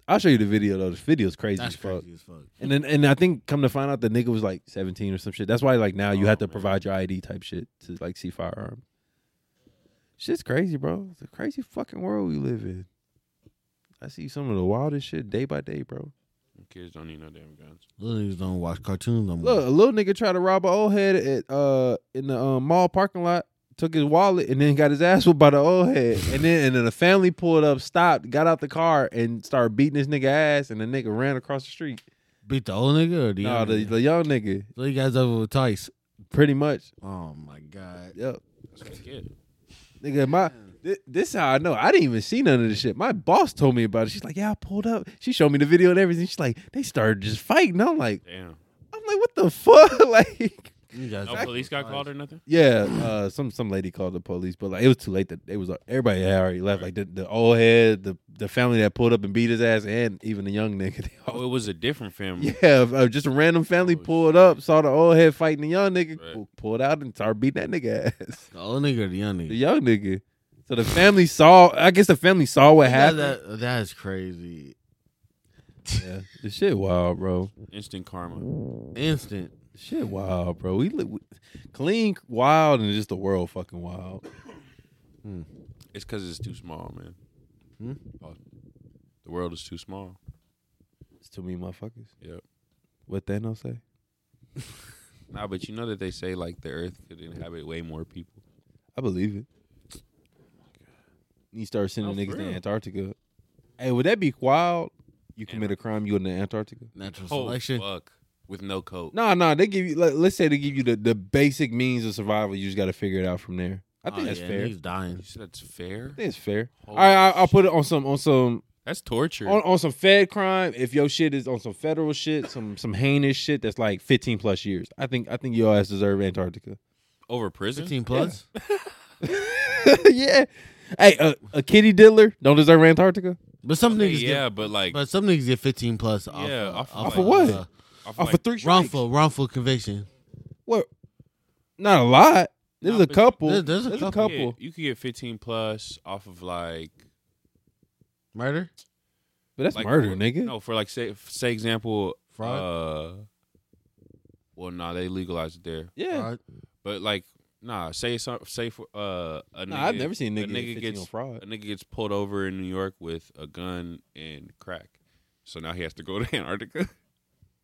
B: I'll show you the video though. The video's crazy
C: that's
B: as fuck.
C: crazy as fuck.
B: And then, and I think come to find out, the nigga was like seventeen or some shit. That's why like now you
A: Oh,
B: have to
A: man.
B: provide your ID type shit to like see firearm. Shit's crazy, bro. It's a crazy fucking world we live in. I see some of the wildest shit day by day, bro.
A: Them Kids don't need no damn guns.
C: Little niggas don't watch cartoons no more.
B: Look, a little nigga tried to rob an old head at uh in the um, mall parking lot. Took his wallet and then got his ass whooped by the old head. And then and then the family pulled up, stopped, got out the car, and started beating this nigga ass. And the nigga ran across the street.
C: Beat the old nigga or the
B: Nah,
C: young
B: the,
C: nigga?
B: the young nigga,
C: So you guys over with Tice.
B: pretty much.
C: Oh my god.
B: Yep.
A: That's what they get.
B: Nigga, my thi- this how I know. I didn't even see none of this shit. My boss told me about it. She's like, "Yeah, I pulled up." She showed me the video and everything. She's like, "They started just fighting." I'm like,
A: Damn.
B: "I'm like, what the fuck?" like,
C: You guys
A: No police got called or nothing.
B: yeah, uh, some some lady called the police, but like it was too late. That it was everybody had already left. Like the, the old head, the the family that pulled up and beat his ass, and even the young nigga. They all,
A: Oh, it was a different family.
B: yeah, uh, just a random family
A: Oh,
B: pulled up, saw the old head fighting the young nigga,
A: Right.
B: pu- pulled out and started beating that nigga ass.
C: The old nigga or the young
B: the
C: nigga?
B: young nigga. So the family saw. I guess the family saw what
C: Yeah,
B: happened.
C: that, that is crazy.
B: Yeah, the shit wild, bro.
A: Instant karma.
C: Instant.
B: The shit wild, bro. We, li- we clean, wild, and just the world fucking wild.
A: It's because it's too small, man.
C: Hmm?
A: Oh, the world is too small.
B: It's too many motherfuckers.
A: Yep.
B: What Thanos say?
A: Nah, but you know that they say like the Earth could inhabit way more people.
B: I believe it. You start sending
A: Oh,
B: niggas
A: for
B: to
A: real?
B: Antarctica. Hey, would that be wild? You commit a crime, you go to Antarctica?
C: Natural
A: Oh
C: selection.
A: fuck! With no coat.
B: No, nah, no. Nah, they give you. Like, let's say they give you the, the basic means of survival. You just got to figure it out from there. I think
C: Oh,
B: that's
C: yeah,
B: fair.
C: He's dying.
A: You said that's fair.
B: I think it's fair.
A: Holy
B: All right, I, I'll
A: shit.
B: put it on some on some
A: That's torture.
B: on, on some Fed crime, if your shit is on some federal shit, some some heinous shit that's like fifteen plus years, I think I think your ass deserve Antarctica.
A: Over prison?
C: Fifteen plus.
B: yeah. Hey, a, a kitty diddler don't deserve Antarctica.
C: But some
A: Hey,
C: niggas
A: yeah,
C: get.
A: but like
C: But some niggas get fifteen plus. Off,
A: Yeah,
C: uh,
A: off of
B: like- Off of
A: I
C: Uh,
A: feel
B: Off of
A: like
B: Oh, three strikes.
C: wrongful, wrongful conviction.
B: What? Not a lot. There's
A: Nah,
B: a
A: but-
B: couple.
C: There- there's a
B: There's
A: you could get- you could get 15 plus off of like
C: Murder.
B: but that's
A: like
B: murder,
A: for-
B: nigga.
A: No, for like say say example
C: Fraud.
A: Uh, well, nah, they legalized it there,
B: yeah.
C: Fraud.
A: but like nah, say some say for uh
B: Nah,
A: a nigga,
B: I've never seen a nigga, get 15
A: gets
B: on
A: a
B: fraud.
A: nigga gets pulled over in New York with a gun and crack, so now he has to go to Antarctica.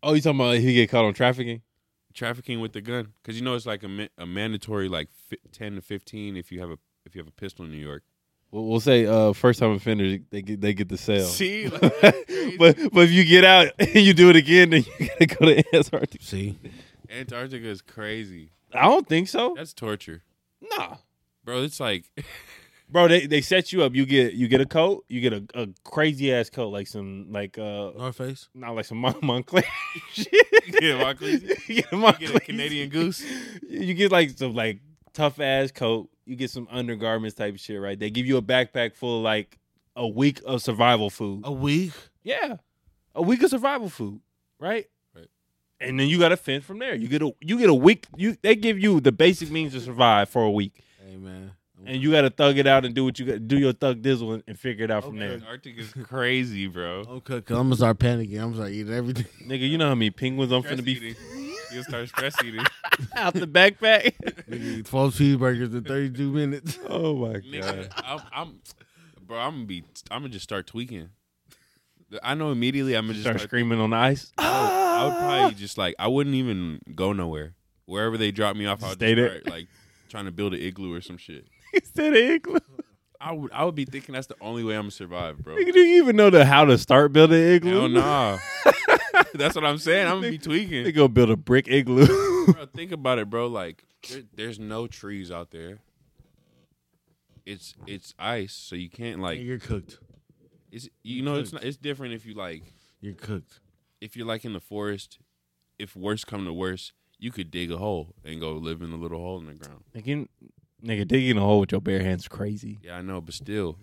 B: Oh, you talking about he get caught on trafficking?
A: trafficking with the gun because you know it's like a, ma- a mandatory like fi- ten to fifteen if you have a if you have a pistol in New York.
B: We'll, we'll say uh, first time offenders they get they get the sale.
A: See,
B: but but if you get out and you do it again, then you gotta go to Antarctica.
C: See,
A: Antarctica is crazy.
B: I don't think so.
A: That's torture,
B: Nah,
A: bro. It's like
B: bro, they, they set you up. You get you get a coat. You get a, a crazy ass coat, like some like uh
C: North Face.
B: not like some Mon- Montclair shit.
A: Yeah, Montclair.
B: You get a
A: you
B: Montclair.
A: get a Canadian goose.
B: You get like some like tough ass coat. You get some undergarments type shit, right? They give you a backpack full of like a week of survival food.
C: A week.
B: Yeah, a week of survival food, right?
A: Right.
B: And then you got to fend from there. You get a you get a week. You they give you the basic means to survive for a week,
C: Hey man.
B: and you got to thug it out and do what you got. Do your thug dizzle and, and figure it out from there,
A: Antarctica is Oh, crazy, bro.
C: Okay, cause I'm gonna start panicking. I'm gonna start eating everything.
B: nigga. You know how many penguins I'm finna
A: Stress
B: be
A: eating. You'll start stress eating.
B: out the backpack.
C: Nigga, eat Twelve cheeseburgers in 32 minutes.
B: oh my
A: Nigga, I'm, I'm, bro. I'm gonna be. I'm gonna just start tweaking. I know immediately. I'm gonna just
B: Start
A: start.
B: screaming on the ice.
A: I would
B: Ah.
A: probably just like. I wouldn't even go nowhere. Wherever they drop me off, I'll
B: Stay
A: just
B: there.
A: start like trying to build an igloo or some shit.
B: Instead of igloo.
A: I would. I would be thinking that's the only way I'm gonna survive, bro.
B: Nigga, do you even know the, how to start building igloo?
A: Hell nah. that's what I'm saying. I'm gonna be tweaking.
B: They go build a brick igloo.
A: bro, think about it, bro. Like, there, there's no trees out there. It's it's ice, so you can't like.
C: You're cooked.
A: It's you know it's not, it's different if you like
C: You're cooked.
A: if you're like in the forest. If worse come to worse, you could dig a hole and go live in a little hole in the ground.
B: nigga, nigga, digging a hole with your bare hands is crazy.
A: Yeah, I know, but still,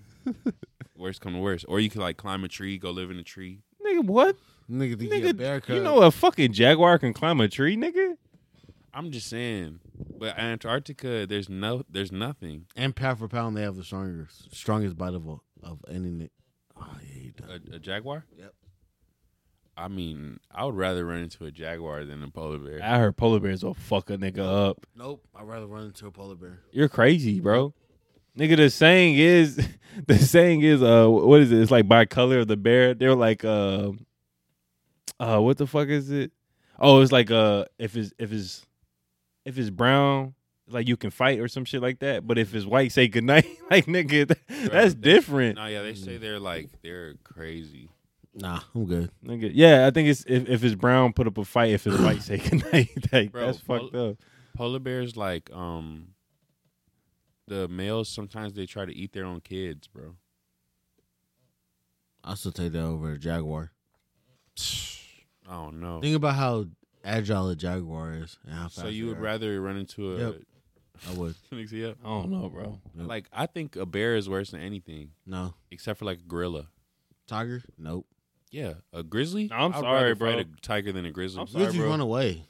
A: worse come to worse, or you could like climb a tree, go live in a tree.
B: Nigga, what?
C: Nigga, think you a bear
B: Nigga,
C: cub.
B: you know a fucking jaguar can climb a tree, nigga.
A: I'm just saying, but Antarctica, there's no, there's nothing.
C: And pound for pound, they have the strongest, strongest bite of all- of any. Oh yeah, you done.
A: A, a jaguar?
C: Yep.
A: I mean, I would rather run into a jaguar than a polar bear.
B: I heard polar bears will fuck a nigga up.
C: Nope, I'd rather run into a polar bear.
B: You're crazy, bro. Nigga, the saying is, the saying is, uh, what is it? It's like by color of the bear. They're like, uh, uh, what the fuck is it? Oh, it's like, uh, if it's if it's if it's brown, like you can fight or some shit like that. But if it's white, say goodnight. like nigga, that- that's different.
A: No, yeah, they say they're like they're crazy.
C: Nah, I'm good.
B: Nigga, yeah, I think it's if, if it's brown, put up a fight. If it's white, say goodnight. like,
A: Bro,
B: that's fucked
A: pol-
B: up.
A: Polar bears like um the males sometimes they try to eat their own kids, bro.
C: I'll still take that over a jaguar.
A: I don't know.
C: Think about how agile a jaguar is and how fast.
A: So you
C: they
A: would
C: are.
A: rather run into a
C: Yep. I would.
A: Nigga, yeah.
B: I don't know, bro.
C: Yep.
A: like I think a bear is worse than anything
C: No
A: except for like a gorilla.
C: tiger. Nope.
A: Yeah, a grizzly.
B: I'm
A: I'd
B: sorry,
A: rather
B: bro.
A: Fight a tiger than a grizzly.
B: I'm sorry.
C: Would you
B: bro.
C: run away?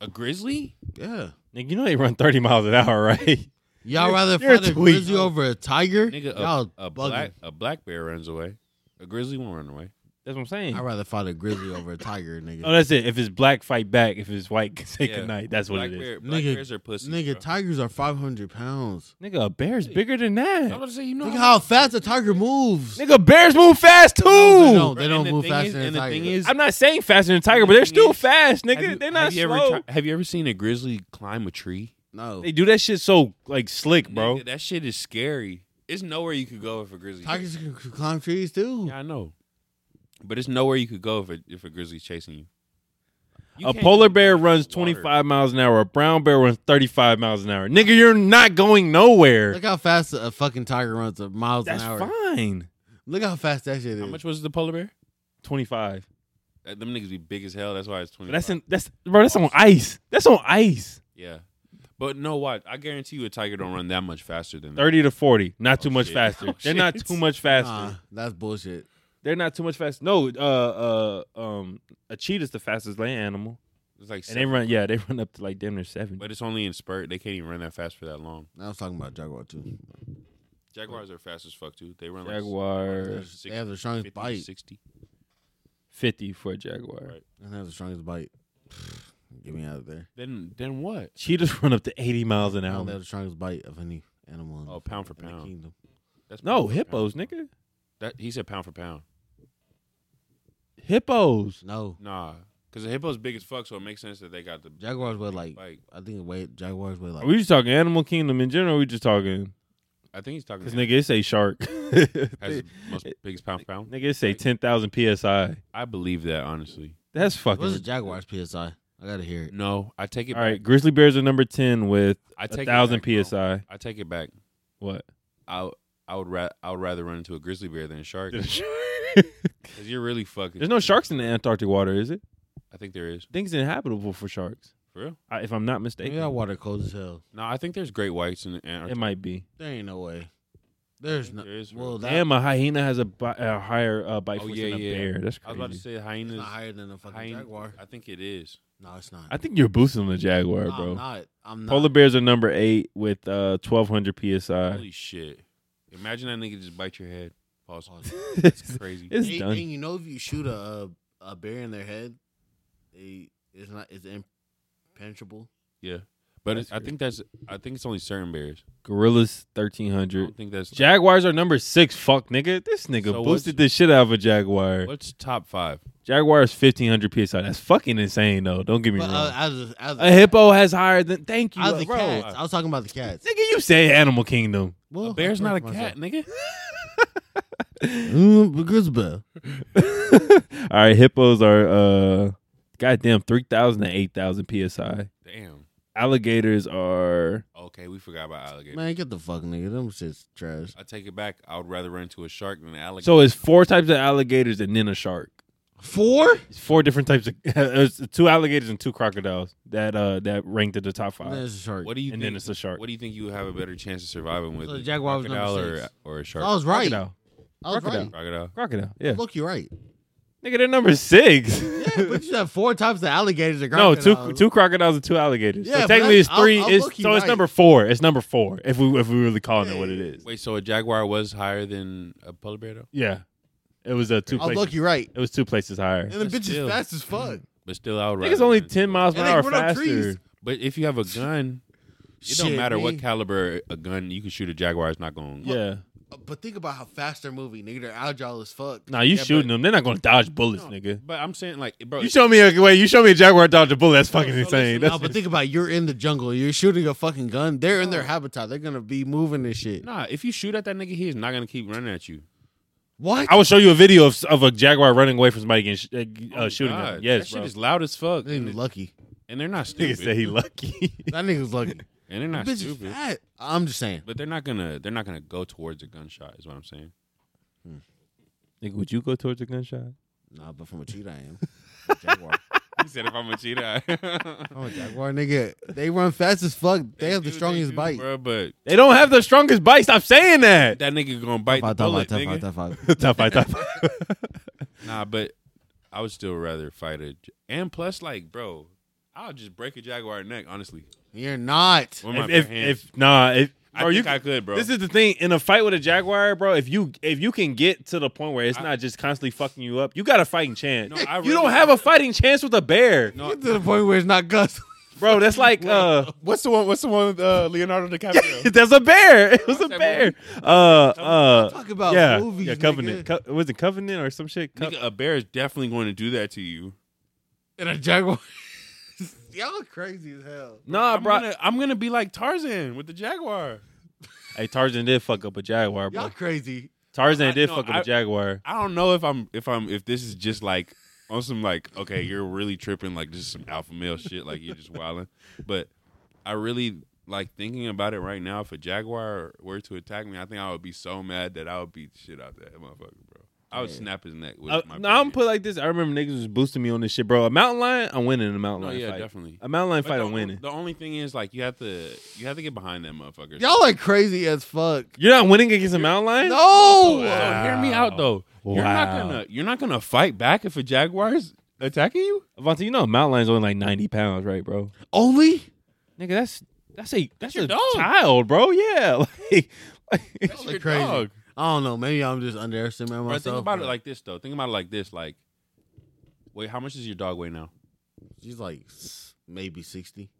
A: A grizzly?
C: Yeah.
B: Nigga, you know they run thirty miles an hour, right?
C: Y'all
B: You're-
C: rather
B: you're
C: fight a
B: tweaking.
C: grizzly over a tiger?
A: Nigga,
C: Y'all
A: a, a
C: bugging.
A: black a black bear runs away. A grizzly won't run away.
B: That's what I'm saying.
C: I'd rather fight a grizzly over a tiger, nigga.
B: Oh, that's it. If it's black, fight back. If it's white, say
A: Yeah.
B: goodnight. That's what
A: black
B: it is.
A: Bear, black
C: Nigga-
A: bears are pussy.
C: nigga, tigers are 500 pounds.
B: Nigga, a bear's bigger than that.
A: I'm about to say you know
C: Look how fast a tiger moves.
B: Nigga, bears move fast too.
C: No, they don't. They
A: And
C: don't
A: the
C: move
A: thing
C: faster
A: is-
C: than
A: and
C: a
A: the
C: tiger.
A: thing is-
B: I'm not saying faster than a tiger, but they're still
A: Yes.
B: fast,
A: Have
B: nigga.
A: you-
B: they're not
A: have you
B: slow.
A: Ever tri- have you ever seen a grizzly climb a tree,
C: no.
B: they do that shit so like slick, bro.
A: Nigga, that shit is scary. It's nowhere you could go if a grizzly.
C: Tigers can c- climb trees too.
A: Yeah, I know, but it's nowhere you could go if a, if a grizzly's chasing you. You
B: A
A: can't
B: polar
A: go
B: bear
A: across
B: runs
A: the
B: 25
A: water.
B: miles an hour. A brown bear runs 35 miles an hour. Nigga, you're not going nowhere.
C: Look how fast a fucking tiger runs a miles
B: That's
C: an hour.
B: fine.
C: Look how fast that shit is.
A: How much was the polar bear?
B: 25.
A: That- them niggas be big as hell. That's why it's twenty.
B: But that's in, that's bro. That's on ice. That's on ice.
A: yeah, but no, what? I guarantee you, a tiger don't run that much faster than that.
B: 30 to 40. Not too
A: Oh,
B: much
A: shit.
B: faster.
A: Oh,
B: They're not
A: shit.
B: too much faster.
C: Nah, that's bullshit.
B: They're not too much fast. No, uh, uh, um, a cheetah's the fastest land animal,
A: It's like,
B: and they
A: seven-
B: run. Yeah, they run up to like damn near seven.
A: but it's only in spurt. They can't even run that fast for that long.
C: I was talking about jaguar too.
A: Jaguars are fast as fuck too. They run like
B: Jaguar
A: six-
C: They have the strongest
A: 50,
C: bite.
A: 60.
B: fifty for a jaguar.
A: Right.
C: And they have the strongest bite. Get me out of there.
A: Then then what?
B: Cheetahs run up to eighty miles an
C: No,
B: hour.
C: they have the strongest bite of any animal. In
A: Oh, pound for
C: in the
A: pound.
C: kingdom.
A: That's
B: No
A: pound for
B: hippos,
A: pound.
B: nigga.
A: That he said pound for pound.
B: Hippos.
C: No,
A: Nah, Because the hippo's big as fuck, so it makes sense that they got the
C: Jaguars weigh like
A: like.
C: I think it weigh Jaguars weigh like
B: Are we just talking Animal Kingdom in general? Or we just talking
A: I think he's talking.
B: because nigga, it say shark.
A: has
B: nigga,
A: most biggest pound for pound.
B: it say ten thousand psi.
A: I believe that honestly.
B: That's fucking.
C: what's the Jaguars PSI? I gotta hear it.
A: No, I take
B: All
A: it. back.
B: right, Grizzly Bears are number ten with
A: I take
B: a
A: it
B: thousand
A: back, bro.
B: psi.
A: I take it back.
B: What?
A: I I would ra- I would rather run into a grizzly bear than a shark.
B: There's
A: Because you're really fucking.
B: no sharks in the Antarctic water, is it?
A: I think there is.
B: I think it's inhabitable for sharks,
A: For real?
B: I, if I'm not mistaken.
C: Maybe that water cold as hell.
A: No, I think there's great whites in the
B: it
A: Antarctic.
B: might be.
C: There ain't no way. There's no.
A: There is, bro.
C: well, that,
B: Damn, a hyena has a, bi- a higher uh, bite
A: Oh,
B: force
A: yeah,
B: than a
A: yeah.
B: bear. That's
A: I was about to
B: crazy.
A: say
C: it's
A: hyenas.
C: not higher than a fucking
A: hyen-
C: Jaguar.
A: I think it is.
C: No, it's not.
B: I think you're boosting the jaguar,
C: No,
B: bro.
C: I'm not. I'm not.
B: Polar bears are number eight with uh, 1,200 psi.
A: Holy shit! Imagine that nigga just bite your head. Pause.
C: Pause.
B: it's
A: It's crazy.
B: it's
C: and,
B: done.
C: and you know, if you shoot a a- a bear in their head, they it's not it's impenetrable.
A: But
B: That's
A: it's, I
B: crazy.
A: think that's. I think it's only certain bears.
B: Gorillas
A: I
B: 1,300.
A: don't think that's.
B: Jaguars are number six. Fuck, nigga. This nigga
A: So what's-
B: boosted the shit out of a jaguar.
A: What's top five?
B: Jaguar is 1,500 psi. That's fucking insane, though. Don't get me
C: But
B: wrong.
C: uh, as a, as
B: a hippo has higher than. Thank you,
C: as the
B: bro.
C: cats, I was talking about the cats.
B: Nigga, you say Animal Kingdom.
C: Well,
A: a bear's
C: Oh, I
A: not a cat,
C: corrected
A: nigga.
C: myself. Mm, because bear.
B: All right, hippos are uh goddamn 3,000 to 8,000 psi.
A: Damn.
B: Alligators are
A: Okay, we forgot about alligators.
C: Man, get the fuck, nigga. Them shit's trash.
A: I take it back. I would rather run into a shark than an alligator.
B: so it's four types of alligators and then a shark.
C: Four?
B: It's four different types of it's two alligators and two crocodiles that uh that ranked at the top
C: And then
B: five.
C: it's a shark.
A: what do you
B: And
A: think?
B: then it's a shark.
A: What do you think you would have a better chance of surviving with?
C: So the
A: a
C: jaguar was number
A: crocodile or,
C: six.
A: or a shark?
B: Oh.
C: I was right. I
B: Crocodile.
C: was
B: Crocodile.
C: right.
A: crocodile.
B: Crocodile. Yeah.
C: Look, you're right.
B: Nigga, they're number six.
C: Yeah, but you have four types of alligators. And
B: no, two
C: crocodiles.
B: two crocodiles and two alligators.
C: Yeah,
B: so
C: but
B: technically it's
C: that's- I'll-
B: 3
C: I'll
B: it's,
C: look you
B: so it's
C: right.
B: number four. It's number four if we if we really calling it what it is.
A: Wait, so a jaguar was higher than a polar bear, though?
B: Yeah. It was uh, two
C: I was
B: places.
C: lucky Oh, right.
B: It was two places higher.
C: And the bitch
A: still-
C: is fast as fuck.
A: But still,
B: I
A: I would rather.
B: think it's only
A: run into
B: ten
A: a-
B: miles per
C: And they
B: hour
C: run up
B: faster.
C: trees.
A: But if you have a gun, it
C: Shit,
A: don't matter what
C: nigga.
A: caliber a gun you can shoot a jaguar. It's not going. to
B: Yeah.
C: But think about how fast they're moving, nigga. They're agile as fuck.
B: Nah, you
A: Yeah,
B: shooting
A: but-
B: them. They're not gonna dodge bullets, nigga.
A: But I'm saying, like, bro,
B: You show me a wait. You show me a jaguar dodge a bullet. That's fucking
A: so
B: insane.
A: listen,
C: No,
B: That's
C: but think about it. you're in the jungle. You're shooting a fucking gun. They're in their habitat. They're gonna be moving this shit.
A: nah. If you shoot at that nigga, he's not gonna keep running at you.
C: What?
B: I will show you a video of, of a jaguar running away from somebody getting sh- uh, uh,
A: Oh,
B: shooting.
A: God,
B: Him. Yes,
A: that shit
B: bro.
A: is loud as fuck,
C: That nigga's
A: and,
C: lucky.
A: and they're not
B: Nigga say
A: stupid.
B: he lucky.
C: That nigga's lucky.
A: And they're not
C: bitch is
A: stupid.
C: fat. I'm just saying.
A: But they're not gonna. They're not gonna go towards a gunshot. Is what I'm saying.
B: nigga, would you go towards a gunshot?
C: Nah, but from a cheetah, I am. I'm a jaguar.
A: He said, "If I'm a cheetah,
C: I'm a jaguar, nigga. They run fast as fuck. They, have
A: do,
C: the strongest
A: do,
C: bite.
A: bro." But
B: They don't have the strongest bite. Stop saying that.
A: that nigga gonna bite the
C: Five, top
A: bullet,
C: five, top
A: nigga.
C: five, top five.
B: top five, top five.
A: Nah, but I would still rather fight a. j- And plus, like, bro, I'll just break a jaguar neck. Honestly,
C: You're not.
A: with my
B: if,
A: bare
B: if,
A: hands.
B: if nah, if
A: I
B: bro, you
A: think I
B: c-
A: could, bro.
B: This is the thing in a fight with a jaguar, bro. If you if you can get to the point where it's
A: I-
B: not just constantly fucking you up, you got a fighting chance.
A: No, I
B: you don't
A: really-
B: have a fighting chance with a bear,
A: no,
C: Get to the point where it's not guts.
B: bro. That's like uh,
A: what's the one? What's the one with uh, Leonardo DiCaprio?
B: that's a bear. It was a
A: What's that
B: bear. Uh, uh,
C: Talk about
B: yeah,
C: movies,
B: yeah,
C: nigga.
B: Covenant. Co- was it Covenant or some shit? Co-
A: Nigga, a bear is definitely going to do that to you.
C: And a jaguar. Y'all crazy as hell.
B: nah,
A: I'm
B: bro.
A: gonna, I'm gonna be like Tarzan with the jaguar.
B: Hey, Tarzan did fuck up a jaguar, bro.
C: Y'all crazy.
B: Tarzan
A: I-
B: did
A: no,
B: fuck
A: I-
B: up a jaguar.
A: I don't know if I'm if I'm if this is just like on some like okay, you're really tripping like just some alpha male shit, like you're just wilding. But I really like thinking about it right now. If a jaguar were to attack me, I think I would be so mad that I would beat the shit out of that motherfucker, bro. I would
C: Yeah.
A: snap his neck. With
B: Uh,
A: my
B: no, I'm
A: bare
B: put it like this. I remember niggas was boosting me on this shit, bro. A mountain lion, I'm winning a
A: hand.
B: mountain
A: No,
B: lion
A: yeah,
B: fight. Uh,
A: definitely.
B: A mountain lion
A: But
B: fight,
A: the,
B: I'm winning.
A: The only thing is like you have to you have to get behind that motherfucker.
C: Y'all are crazy as fuck.
B: You're not winning against a mountain lion.
C: No.
A: So hear me out though. You're
B: Wow.
A: not gonna you're not gonna fight back if a jaguar is attacking you.
B: Vontae, you know a mountain lion's only like ninety pounds, right, bro?
C: Only?
B: Nigga, that's that's a that's,
A: your
B: a
A: dog.
B: child, bro. Yeah, like,
A: That's
C: Y'all are
A: your
C: crazy.
A: dog.
C: I don't know. Maybe I'm just underestimating
A: Bro,
C: myself.
A: think about it
C: but
A: like this though. Think about it like this. Like, wait, how much does your dog weigh now?
C: she's like s- maybe sixty.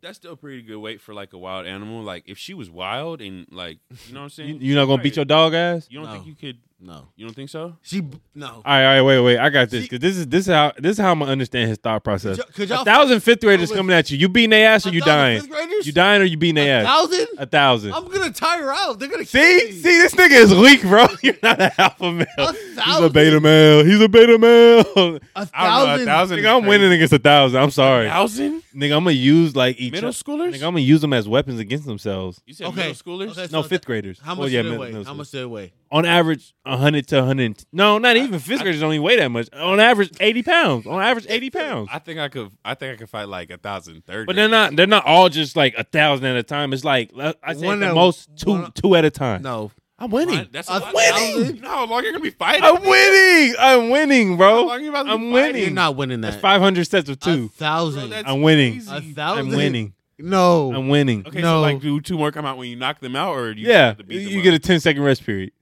A: That's still pretty good weight for like a wild animal. Like, if she was wild and like, you know what I'm saying?
B: you, are not gonna beat your dog ass.
A: You don't
C: No.
A: think you could?
C: No.
A: You don't think so?
C: She b- no.
B: All right, all right, wait, wait. I got this
C: See-
B: because this is this is how this is how I'm gonna understand his thought process.
C: Could y'all- could
B: A
C: y'all-
B: thousand fifth graders
C: Oh, wait.
B: coming at you. You beating their ass or you dying?
C: Graders?
B: You dying or you beating their
C: A
B: ass?
C: 1000
B: A thousand.
C: I'm gonna tire out. They're gonna
B: See,
C: kill me.
B: see, this nigga is weak, bro. You're not an alpha male.
C: A
B: He's a
C: thousand.
B: beta male. He's a beta male.
C: A
A: I don't know, a
C: thousand.
A: thousand is
B: Nigga, I'm
A: crazy.
B: winning against a thousand. I'm sorry,
A: Thousand
B: nigga. I'm gonna use like each.
A: middle schoolers.
B: Nigga, I'm gonna use them as weapons against themselves.
A: you said
C: Okay.
A: middle schoolers.
C: Okay, so
B: No,
C: that-
B: fifth graders.
C: How
B: Oh,
C: much
B: yeah,
C: do they
B: mid-
C: weigh?
B: middle
C: How
B: school.
C: much do they weigh?
B: on average 100 to 100 no not even fifth graders don't even weigh that much on average 80 pounds on average 80 pounds
A: I think I could. I think I could fight like a thousand thirty.
B: but they're not they're not all just like a thousand at a time it's like uh, i say
C: One
B: at the
C: at-
B: most two
C: one-
B: two at a time
C: No.
B: i'm winning
A: What? That's a
C: A
A: lot.
C: winning.
A: Thousand? No, how long you're gonna be fighting?
B: i'm winning i'm winning
A: How
B: bro
A: long you about to be
B: i'm
A: fighting?
B: winning
C: You're not winning
B: that's
C: that.
B: 500 sets of
C: A
B: two
A: Bro,
C: thousand.
A: that's
B: I'm winning.
A: crazy.
C: a
B: i'm
C: thousand.
B: winning
C: No.
B: i'm winning
A: Okay, so
C: No.
A: like, do two more come out when you knock them out, or do you just
B: yeah
A: have to beat them
B: you
A: up?
B: get a 10 second rest period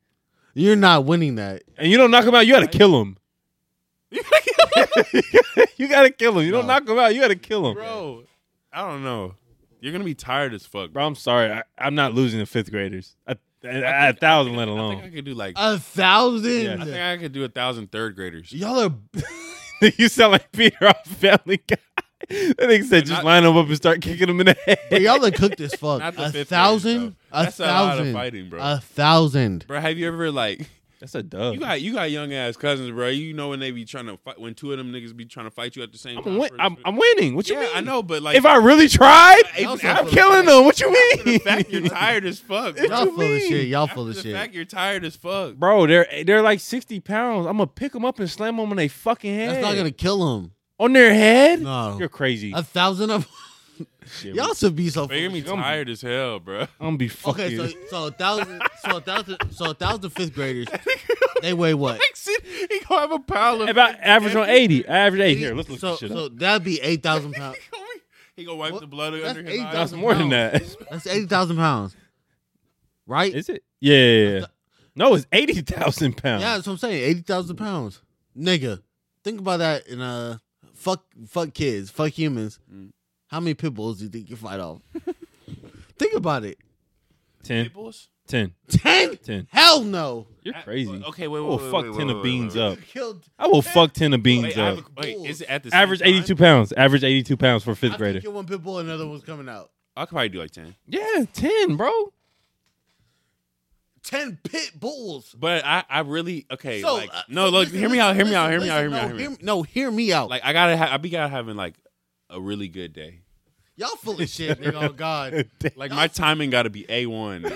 C: You're not winning that.
B: and you don't knock him out you gotta kill him you gotta kill him you don't
C: No.
B: knock him out you gotta kill him
A: bro. I don't know. You're gonna be tired as fuck, bro.
B: Bro, I'm sorry. I, I'm not losing to fifth graders. A, a, a thousand, let
A: I think I
B: alone.
A: could do like.
C: A thousand.
B: Yeah.
A: I think I could do a thousand third graders.
C: Y'all are.
B: you sound like Peter off Family Guy. That nigga said, just
A: Not-
B: line them up and start kicking them in the
C: But
B: head.
C: y'all are cooked as fuck.
A: Not the
C: A
A: fifth graders,
C: thousand.
A: though.
C: A
A: That's a lot of
C: thousand.
A: fighting, bro.
C: A thousand.
A: Bro, have you ever like
B: That's a dub.
A: you got you got young ass cousins, bro? You know when they be trying to fight when two of them niggas be trying to fight you at the same
B: I'm,
A: time.
B: win-
A: for the-
B: I'm, I'm winning. What you
A: yeah,
B: mean?
A: I know, but like
B: If I really tried,
A: Even
B: I'm
A: after
B: killing them. What you
A: after the
B: mean?
A: fact you're tired as fuck, bro.
C: Y'all
B: you
C: full of
B: mean?
C: shit. Y'all
A: After
C: full of
A: the
C: shit.
A: fact you're tired as fuck.
B: Bro, they're they're like 60 pounds. I'm going to pick them up and slam them on their fucking head.
C: That's not gonna kill him.
B: On their head?
C: No.
B: You're crazy.
C: A thousand of
B: Shit,
C: y'all should be so.
A: Bro, you're gonna be
C: full of shit.
A: tired as hell, bro.
B: I'm going to be fucking.
C: Okay, so so a thousand, so a thousand, so a thousand fifth graders. They weigh what?
A: he gonna have a pile of.
B: About average on 80. Average 80. Here, let's look
C: so
B: this shit
C: so
B: up.
C: that'd be eight thousand pounds.
A: He gonna be- He gonna wipe
C: What?
A: the blood
C: That's
A: under his eyes.
B: That's more than that.
C: That's eighty thousand pounds, right?
B: Is it? Yeah. yeah, yeah.
C: th-
B: No, it's eighty thousand pounds.
C: yeah, that's what I'm saying. Eighty thousand pounds, nigga. Think about that. In uh, fuck, fuck kids, fuck humans.
A: Mm.
C: How many pit bulls do you think you fight off? think about it.
B: Ten.
A: Nipples?
B: Ten.
C: Ten?
B: Ten.
C: Hell no.
B: You're
A: Uh,
B: crazy.
A: Okay, wait,
B: I
A: wait,
B: will
A: wait,
B: fuck
A: wait,
B: ten
A: wait,
B: of
A: wait,
B: beans
A: wait,
B: up.
C: Killed.
B: I will fuck ten of beans
A: Wait, I have
B: up.
A: a, wait, is it at the same
B: Average
A: time?
B: eighty-two pounds. Average eighty-two pounds for fifth
C: I
B: grader.
C: think you're one pit bull, another one's coming out.
A: I could probably do like ten,
B: Yeah, ten, bro.
C: Ten pit bulls.
A: but I, I really okay. like,
C: uh,
A: no,
C: so
A: look,
C: listen,
A: hear me out, hear me
C: listen,
A: out, hear me
C: listen,
A: out, hear me
C: no,
A: out, hear me out.
C: No, hear me out.
A: Like I gotta, ha- I be gotta having like a really good day.
C: Y'all full of shit, nigga. Oh God.
A: Like my timing gotta be a one.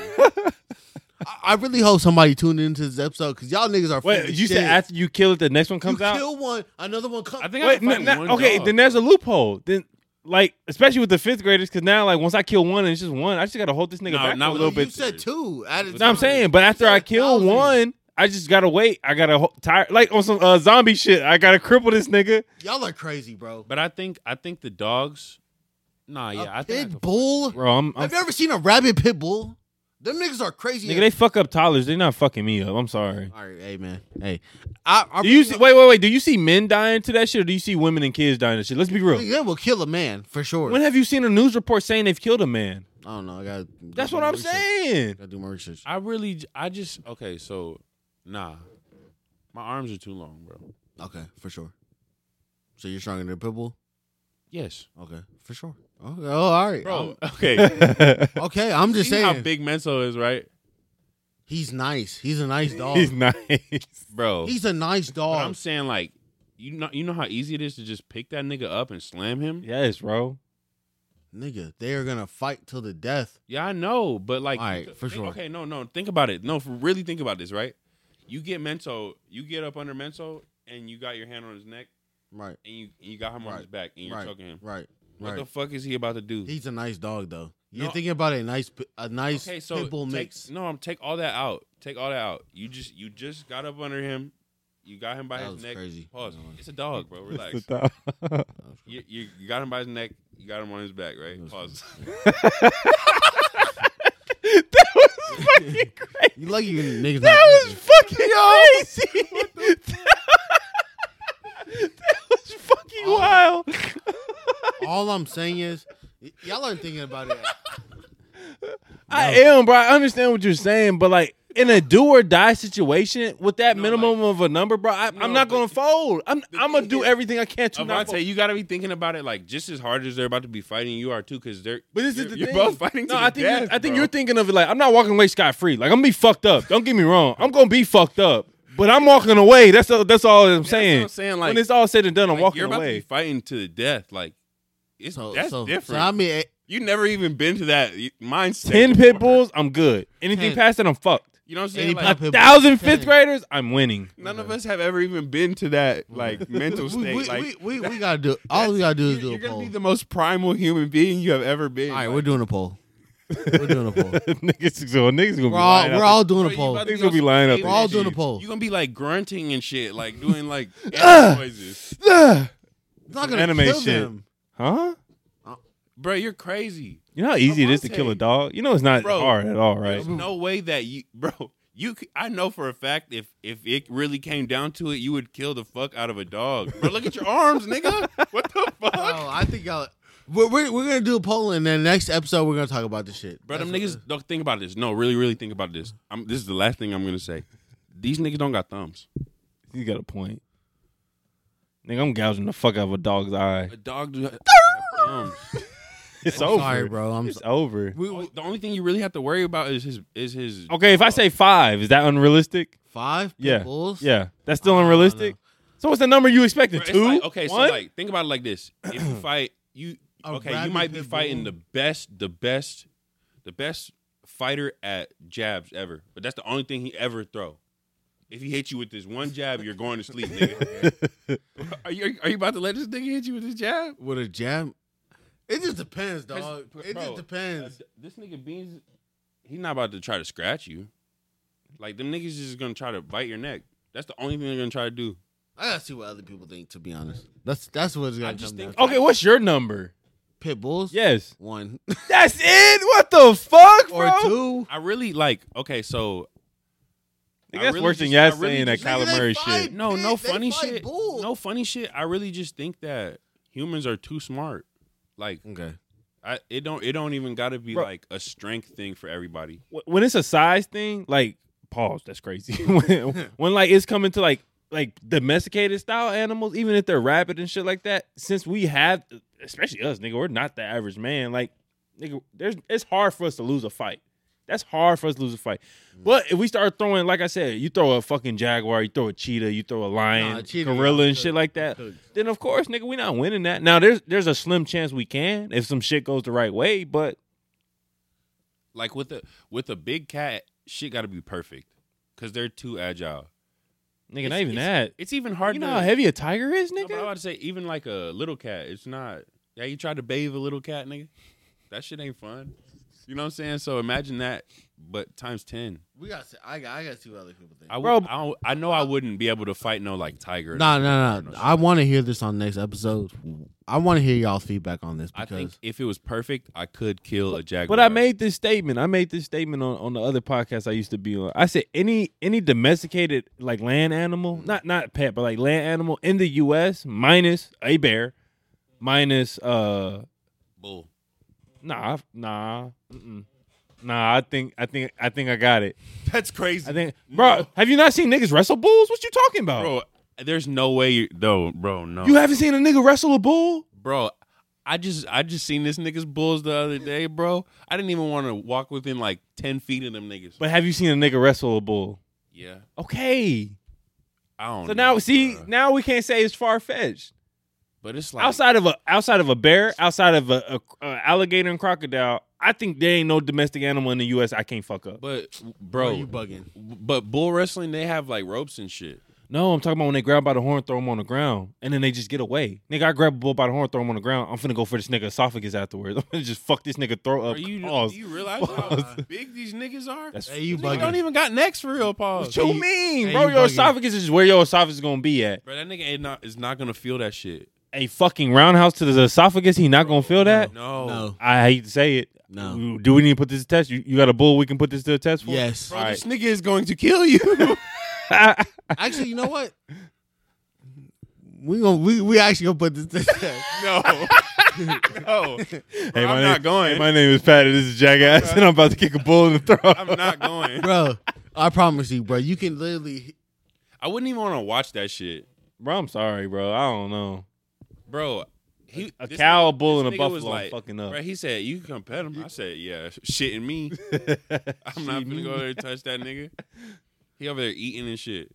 C: I, I really hope somebody tuned into this episode because y'all niggas are. Full
B: Wait,
C: of
B: you
C: shit.
B: said after you kill it, the next one comes
C: you
B: out.
C: kill one, another one comes.
A: I think I
B: Wait,
A: can
B: n-
A: fight
B: n-
A: one
B: okay.
A: dog.
B: Then there's a loophole. Then. Like especially with the fifth graders, because now like once I kill one and it's just one, I just gotta hold this nigga
A: No,
B: back for
A: not
B: a
A: with
B: little
C: you
B: bit.
C: said two. At a
B: No, I'm
C: time.
B: saying, but after
C: You
B: I
C: said
B: kill
C: thousand.
B: one, I just gotta wait. I gotta ho- tire like on some uh, zombie shit. I gotta cripple this nigga.
C: y'all are crazy, bro.
A: but I think, I think the dogs. Nah, yeah, I
C: a
A: think I
C: pit
A: could-
C: bull.
B: Bro, I'm, I'm
C: Have you ever seen a rabid pit bull? Them niggas are crazy.
B: nigga. They fuck up toddlers. They're not fucking me up. I'm sorry.
C: All right, hey man, hey. I, I
B: Do you see, wait, wait, wait? Do you see men dying to that shit, or do you see women and kids dying to shit? Let's be real.
C: They will kill a man for sure.
B: When have you seen a news report saying they've killed a man?
C: I don't know. I got.
B: That's what I'm saying.
C: Gotta do my research.
A: I really, j- I just okay. So, nah, my arms are too long, bro.
C: Okay, for sure. So you're stronger than a pit bull?
A: Yes,
C: Okay, for sure. Okay, oh, all right,
A: bro. okay,
C: I'm- okay, I'm just
A: see how
C: saying.
A: big Menso is, right,
C: He's nice. He's a nice dog.
B: He's
C: He's,
B: nice.
A: bro?
C: a nice
A: But
C: dog.
A: I'm saying like you know you know how easy it is to just pick that nigga up and slam him. Yeah,
B: Yes, bro.
C: Nigga, they are gonna fight till the death.
A: I know, but like,
C: All right, for
A: think-
C: sure.
A: Okay, no, no, think about it. No, for really think about this, right? You get Mento, you get up under Mento, and you got your hand on his neck,
C: Right,
A: and you and you got him on
C: Right,
A: his back, and you're
C: right.
A: choking him.
C: right,
A: What the
C: right.
A: fuck is he about to do?
C: He's a nice dog though. You're
A: No.
C: thinking about a nice, p- a nice
A: okay,
C: pit
A: so
C: bull
A: take,
C: mix.
A: No, I'm take all that out. Take all that out. You just you just got up under him. You got him by
C: That
A: his
C: was
A: neck.
C: crazy.
A: Pause. It's a dog, bro. Relax. you, you you got him by his neck. You got him on his back, right? Pause.
B: that was fucking crazy.
C: You lucky you niggas.
B: That
C: not
B: was fucking crazy. that was fucking
C: Oh.
B: wild.
C: All I'm saying is, y- y'all aren't thinking about it.
B: I am, bro. I understand what you're saying, but like in a do or die situation with that
A: No,
B: minimum of a number, bro, I,
A: No,
B: I'm not
A: but
B: gonna fold. I'm
A: the
B: I'm gonna
A: thing
B: do
A: is,
B: everything I can to not fold.
A: Avante, you got to be thinking about it like just as hard as they're about to be fighting. You are too, because they're.
B: But this
A: you're,
B: is the
A: you're
B: thing.
A: both fighting.
B: No,
A: to
B: I
A: the
B: think
A: death,
B: you're, I think
A: bro.
B: you're thinking of it like I'm not walking away scot free. Like I'm gonna be fucked up. Don't get me wrong. I'm gonna be fucked up. But I'm walking away. That's all, that's all I'm
A: what
B: saying.
A: I'm saying, like-
B: when it's all said and done, I'm
A: Like,
B: walking
A: you're about to
B: away.
A: be fighting to the death. Like it's
C: So
A: that's
C: so,
A: different.
C: So I mean, eh,
A: you never even been to that y- mindset.
B: Ten
A: before.
B: pit bulls, I'm good. Anything
C: Ten.
B: past that, I'm fucked.
A: You know what I'm
C: Any
A: saying?
C: pop-
A: Like,
C: Pit bull.
B: Thousand fifth
C: Ten.
B: graders, I'm winning.
A: none of us have ever even been to that like mental
C: we,
A: state.
C: we,
A: like
C: we, we, we gotta do. All we gotta do
A: you're,
C: is do
A: you're
C: a
A: gonna
C: poll.
A: be the most primal human being you have ever been.
C: All right,
A: Like,
C: we're doing a poll. We're doing a poll.
B: niggas, so niggas gonna
C: We're all
B: be lying out
C: we're all doing a
A: Bro, you
C: poll.
A: about
B: the- niggas gonna be lying up.
A: We're
C: We're all
A: Shit.
C: doing a poll.
A: You're gonna be like grunting and shit, like doing like noises,
C: It's not gonna
B: Anime
C: kill
B: shit.
C: them.
B: huh?
A: bro. You're crazy.
B: You know how easy it is to
A: Avante.
B: kill a dog. You know it's not
A: Bro.
B: hard at all, right?
A: There's no way that you, bro. You, c- I know for a fact if if it really came down to it, you would kill the fuck out of a dog. Bro, look at your arms, nigga. What the fuck,
C: Oh, I think y'all. We're, we're, we're gonna do a poll, and then next episode we're gonna talk about this shit.
A: bro? Them
C: That's
A: niggas. Don't think about this. No, really, really think about this. I'm, this is the last thing I'm gonna say. These niggas don't got thumbs.
B: You got a point. Nigga, I'm gouging the fuck out of a dog's eye.
A: A dog do have thumbs.
B: It's
C: I'm
B: over.
C: sorry, bro. I'm
B: It's over.
C: we, we-
A: The only thing you really have to worry about is his is his.
B: Okay, if I say five, is that unrealistic?
C: five pit
B: Yeah.
C: bulls.
B: Yeah. That's still
C: I don't
B: unrealistic.
C: know.
B: So what's the number you expected?
A: Bro, it's
B: Two?
A: like- okay,
B: One?
A: so like think about it like this: if you fight, you
C: A
A: okay, you
C: rabid
A: might be
C: pit bull.
A: fighting the best, the best, the best fighter at jabs ever, but that's the only thing he ever throw. If he hits you with this one jab, you're going to sleep, nigga. are you are you about to let this nigga hit you with this jab?
C: with a jam. It just depends,
A: 'Cause,
C: dog. It
A: bro,
C: just depends.
A: uh, this nigga Beans, he's not about to try to scratch you. Like them niggas is gonna try to bite your neck. That's the only thing they're gonna try to do.
C: I gotta see what other people think. To be honest, that's that's what it's gonna
A: I just
C: come
A: think- oh,
C: down to.
B: okay, what's your number?
C: pit bulls.
B: Yes.
C: one
B: That's it? What the fuck, bro?
C: or two.
A: I really like. Okay, so
B: Nigga,
A: I
B: that's
A: really
B: worse than
A: just-
B: y'all
A: I really
B: saying that
A: just-
B: Kyler
C: Nigga, they
B: Murray
C: fight.
B: shit.
A: No, no
C: Pig, they
A: funny
C: fight
A: shit.
C: bull.
A: No funny shit. I really just think that humans are too smart. Like
C: Okay,
A: I, it don't it don't even got to be
B: Bro.
A: like a strength thing for everybody.
B: Wh- When it's a size thing, like pause, that's crazy. when, when like it's coming to like like domesticated style animals, even if they're rabid and shit like that, since we have especially us, nigga, we're not the average man. Like, nigga, there's it's hard for us to lose a fight. That's hard for us to lose a fight. But if we start throwing, like I said, you throw a fucking jaguar, you throw a cheetah, you throw a lion,
C: Nah, cheetah,
B: gorilla,
C: y'all
B: and shit
C: cooked.
B: like that,
C: Cooked.
B: then of course, nigga, we not winning that. Now there's there's a slim chance we can if some shit goes the right way, but
A: Like with a with a big cat, shit got to be perfect because they're too agile.
B: nigga,
A: It's-
B: not even
A: it's-
B: that.
A: It's even hard.
B: You
A: to,
B: know how heavy a tiger is,
A: No, but I
B: nigga.
A: about to say even like a little cat, it's not. Yeah, you tried to bathe a little cat, nigga. That shit ain't fun. You know what I'm saying? So imagine that, but times ten.
C: we got. to I got. I got to see what other people think.
A: I,
B: Bro,
A: would. I, don't- I know I wouldn't be able to fight no like tiger.
C: No, no, no. I want to hear this on next episode. I want to hear y'all's feedback on this
A: I
C: because
A: think if it was perfect, I could kill a jaguar.
B: But I made this statement. I made this statement on, on the other podcast I used to be on. I said any any domesticated like land animal, not not pet, but like land animal in the U.S. minus a bear, minus uh
A: bull.
B: nah nah mm-mm. nah. I think I think I think I got it.
A: That's crazy,
B: I think bro, have you not seen niggas wrestle bulls? What you talking about?
A: bro. There's no way, you, though, bro. No,
B: Oh. You haven't seen a nigga wrestle a bull?
A: bro. I just I just seen this niggas bulls the other day, bro. I didn't even want to walk within like ten feet of them niggas.
B: But have you seen a nigga wrestle a bull?
A: yeah,
B: Okay.
A: I don't.
B: So
A: know,
B: now see,
A: bruh.
B: now we can't say it's far fetched.
A: but it's like
B: outside of a outside of a bear, outside of a, a, a alligator and crocodile, I think there ain't no domestic animal in the U.S. I can't fuck up.
A: But
C: bro,
A: bro,
C: you bugging.
A: but bull wrestling they have like ropes and shit.
B: No, I'm talking about when they grab by the horn, throw him on the ground, and then they just get away. Nigga, I grab a bull by the horn, throw him on the ground. I'm finna go for this nigga esophagus afterwards. I'm gonna just fuck this nigga throat up.
A: Are you
B: Pause.
A: do you realize how
B: Pause.
A: big these niggas are?
B: That's
C: Hey, you
A: These niggas don't
C: bugging.
A: even got necks for real, Paul.
B: what you mean,
C: hey,
B: bro.
C: you
B: your
C: bugging.
B: esophagus is where your esophagus is gonna be at.
A: Bro, that nigga ain't not is not gonna feel that shit.
B: A fucking roundhouse to the esophagus, he not gonna feel that.
A: No,
C: No,
B: I hate to say it.
C: no.
B: Do we need to put this to test? You, you got a bull we can put this to a test for?
C: Yes.
A: bro, this nigga is going to kill you.
C: Actually, you know what? We gonna we, we actually gonna put this. To test.
A: no, no, Bro, I'm
B: my
A: not
B: name-
A: going.
B: Hey, my name is Patty. This is Jackass, and I'm about to kick a bull in the throat.
A: I'm not going.
C: bro. I promise you, bro. You can literally.
A: I wouldn't even want to watch that shit,
B: Bro, I'm sorry, bro. I don't know.
A: bro. He,
B: A
A: this
B: cow, a
A: nigga-
B: bull,
A: this
B: and a
A: nigga was
B: buffalo
A: like-
B: fucking up.
A: Bro, he said you can pet him. I said yeah, shitting me. I'm not gonna go over there and touch that nigga. He over there eating and shit.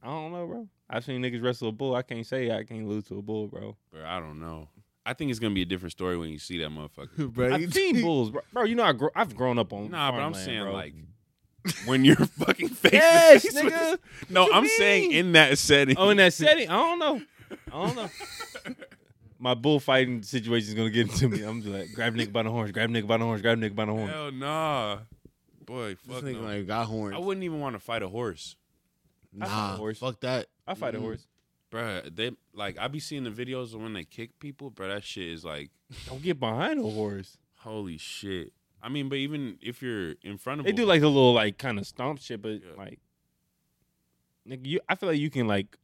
B: I don't know, bro. I've seen niggas wrestle a bull. I can't say I can't lose to a bull, bro.
A: Bro, I don't know. I think it's gonna be a different story when you see that motherfucker.
C: Bro, you-
B: I've seen bulls, bro. Bro, you know I grow, I've grown up on.
A: Nah, but I'm
B: farmland,
A: saying
B: bro.
A: like when you're fucking face. to
B: Yes,
A: face with-
B: nigga.
A: No,
B: you
A: I'm saying
B: mean?
A: in that setting.
B: Oh, in that setting, I don't know. I don't know. My bullfighting situation is gonna get into me. I'm just like, grab nigga by the horns, grab nigga by the horns, grab nigga by the horns.
A: Hell nah, boy,
C: This
A: fuck
C: nigga
A: no.
C: like got horns.
A: I wouldn't even want to fight a horse,
B: I fight a
C: Nah,
B: horse.
C: fuck that.
B: I fight a
C: Mm.
B: horse.
A: bro. They like I be seeing the videos of when they kick people, bro. That shit is like
B: Don't get behind a horse.
A: holy shit. I mean, but even if you're in front of
B: They
A: a-
B: do like the little like kind of stomp shit, but
A: Yeah.
B: like, nigga, you. I feel like you can like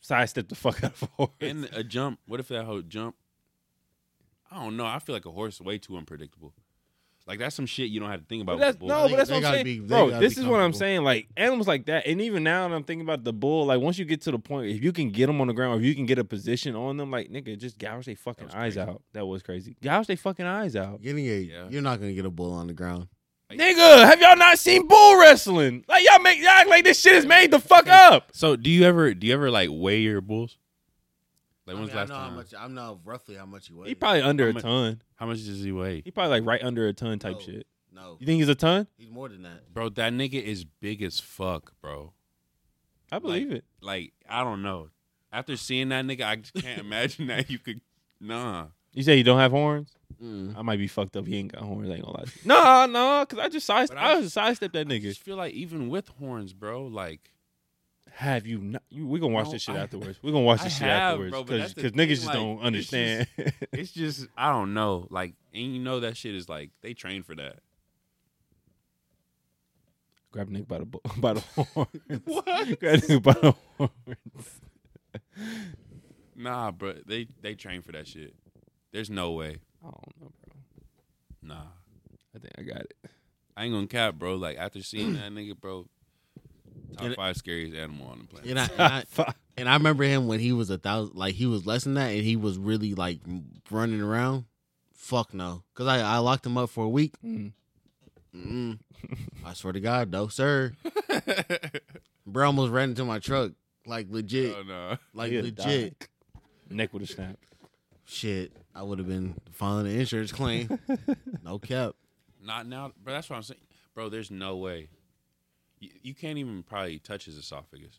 B: sidestep the fuck out of a horse.
A: and a jump. What if that whole jump? I don't know. I feel like a horse is way too unpredictable. Like that's some shit you don't have to think about.
B: But that's,
A: with a bull.
B: no,
C: They-
B: but that's
C: they
B: what I'm
C: gotta
B: saying,
C: be- they
B: bro.
C: gotta
B: This
C: be
B: is what I'm
C: comfortable.
B: saying. Like animals like that, and even now, and I'm thinking about the bull. Like once you get to the point, if you can get them on the ground, or if you can get a position on them, like nigga, just gouge their fucking
A: was
B: eyes
A: crazy.
B: out. That was crazy. Gouge their fucking eyes out,
C: Getting a,
A: Yeah.
C: you're not gonna get a bull on the ground.
B: nigga. Have y'all not seen bull wrestling? Like y'all make y'all act like this shit is made the fuck up.
A: So do you ever do you ever like weigh your bulls? Like
C: I,
A: when's
C: mean,
A: the
C: I
A: last
C: know
A: time?
C: how much. I know roughly how much he weighs.
B: He probably under
A: How
B: a
A: much-
B: ton.
A: How much does he weigh?
B: He probably like right under a ton type
C: Oh.
B: shit.
C: no.
B: You think he's a ton?
C: He's more than that.
A: Bro, that nigga is big as fuck, bro.
B: I believe it.
A: Like I don't know. After seeing that nigga, I just can't imagine that you could. Nah,
B: You say he don't have horns?
C: Mm.
B: I might be fucked up. He ain't got horns. I ain't gonna lie. to you. No, no, cause I just side,
A: But I
B: I just sidestepped that
A: I
B: nigga.
A: just feel like even with horns, bro, like
B: Have you not? You, we gonna watch
A: No,
B: this shit
A: I-
B: afterwards. We gonna watch this
A: I
B: shit
A: have,
B: afterwards
A: bro, but
B: because
A: that's the
B: niggas
A: thing,
B: just
A: like,
B: don't
A: it's
B: understand.
A: it's just I don't know. Like and you know that shit is like they train for that.
B: Grab nigga by the bo- by the horn. what? Grab nigga by the horn.
A: Nah, bro, they they train for that shit. There's no way.
B: I don't know, bro.
A: Nah,
B: I think I got it.
A: I ain't gonna cap, bro. Like after seeing that nigga, bro, top
C: And-
A: five scariest animal on the planet.
C: And I, and I
B: Fuck.
C: and I remember him when he was a thousand, like he was less than that, and he was really like m- running around. Fuck no, cause I I locked him up for a week.
B: Mm.
C: Mm-mm. I swear to God, no sir, bro almost ran into my truck, like legit,
A: oh no.
C: like
B: He'd
C: legit.
B: die. Neck would have snapped.
C: Shit, I would have been filing an insurance claim. no cap.
A: Not now, bro. That's what I'm saying, bro. There's no way. You, you can't even probably touch his esophagus.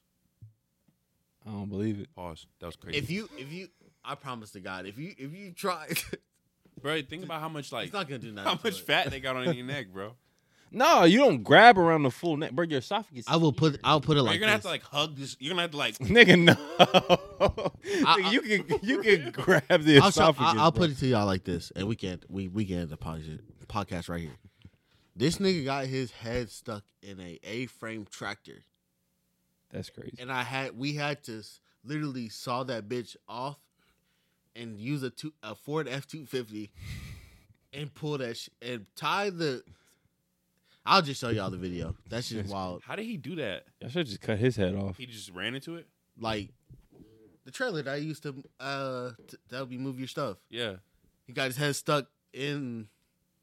B: I don't believe it.
A: Pause. That was crazy,
C: If you if you, I promise to God, if you if you try,
A: bro. Think about how much like
C: it's not gonna do nothing.
A: how
C: to
A: much
C: it.
A: fat they got on your neck, bro.
B: No, you don't grab around the full neck, bro. Your esophagus.
C: I will put I'll put it
A: Bro,
C: like
A: you're gonna have
C: this.
A: to like hug this. You're gonna have to like.
B: Nigga, no. Nigga, you can you can grab the
C: I'll, try-
B: esophagus.
C: I'll, I'll
B: bro.
C: put it to y'all like this, and we can we we can end the podcast, podcast right here. This nigga got his head stuck in a A-frame tractor,
B: That's crazy.
C: and I had we had to s- literally saw that bitch off and use a two a Ford F two fifty and pull that sh- and tie the. I'll just show y'all the video. That's just wild.
A: How did he do that?
B: I should just cut his head off.
A: He just ran into it.
C: Like the trailer that I used to uh t- to help you move your stuff.
A: Yeah.
C: He got his head stuck in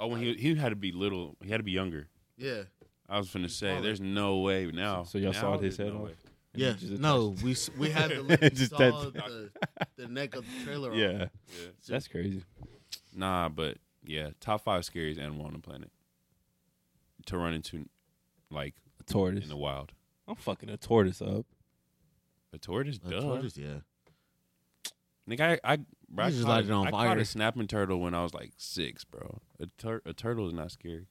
A: Oh, when he he had to be little. He had to be younger.
C: yeah.
A: I was gonna say,
C: smaller.
A: there's no way now.
B: So y'all
A: Now
B: sawed his
A: there's
B: head
A: no
B: off?
A: way.
B: And
C: Yeah,
B: you just
C: no, we s- we had to literally
B: Just
C: saw
B: that-
C: the, the neck of the trailer. off.
B: Yeah,
A: Yeah.
B: that's crazy.
A: Nah, but yeah, top five scariest animal on the planet to run into, like
B: A tortoise.
A: in the wild.
B: I'm fucking a tortoise up.
A: A tortoise,
C: A
A: duh.
C: tortoise, yeah.
A: Nigga, I I, bro, I
C: You just
A: caught,
C: light
A: a-
C: it on
A: I caught
C: fire.
A: a snapping turtle when I was like six, bro. A, tur- a turtle is not scary.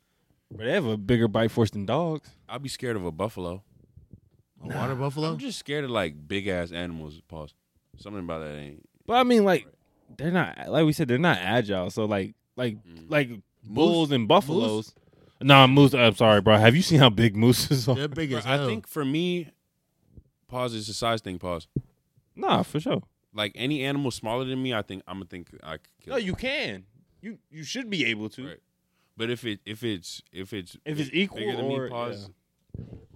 B: But they have a bigger bite force than dogs.
A: I'd be scared of a buffalo.
C: A water buffalo.
A: I'm just scared of like big ass animals. Pause. Something about that ain't.
B: But I mean, like, they're not like we said, they're not agile. So like, like,
A: Mm.
B: like bulls and buffaloes. Nah, moose. I'm sorry, bro. Have you seen how big mooses are?
C: They're big
A: Bro,
C: as
A: I
C: hell.
A: think for me, pause is a size thing. Pause.
B: Nah, for sure.
A: Like any animal smaller than me, I think I'm gonna think I could kill.
B: No,
A: it.
B: you can. You you should be able to.
A: Right. But if it if it's if it's
B: If it's
A: big-
B: equal
A: bigger than me,
B: or-
A: pause.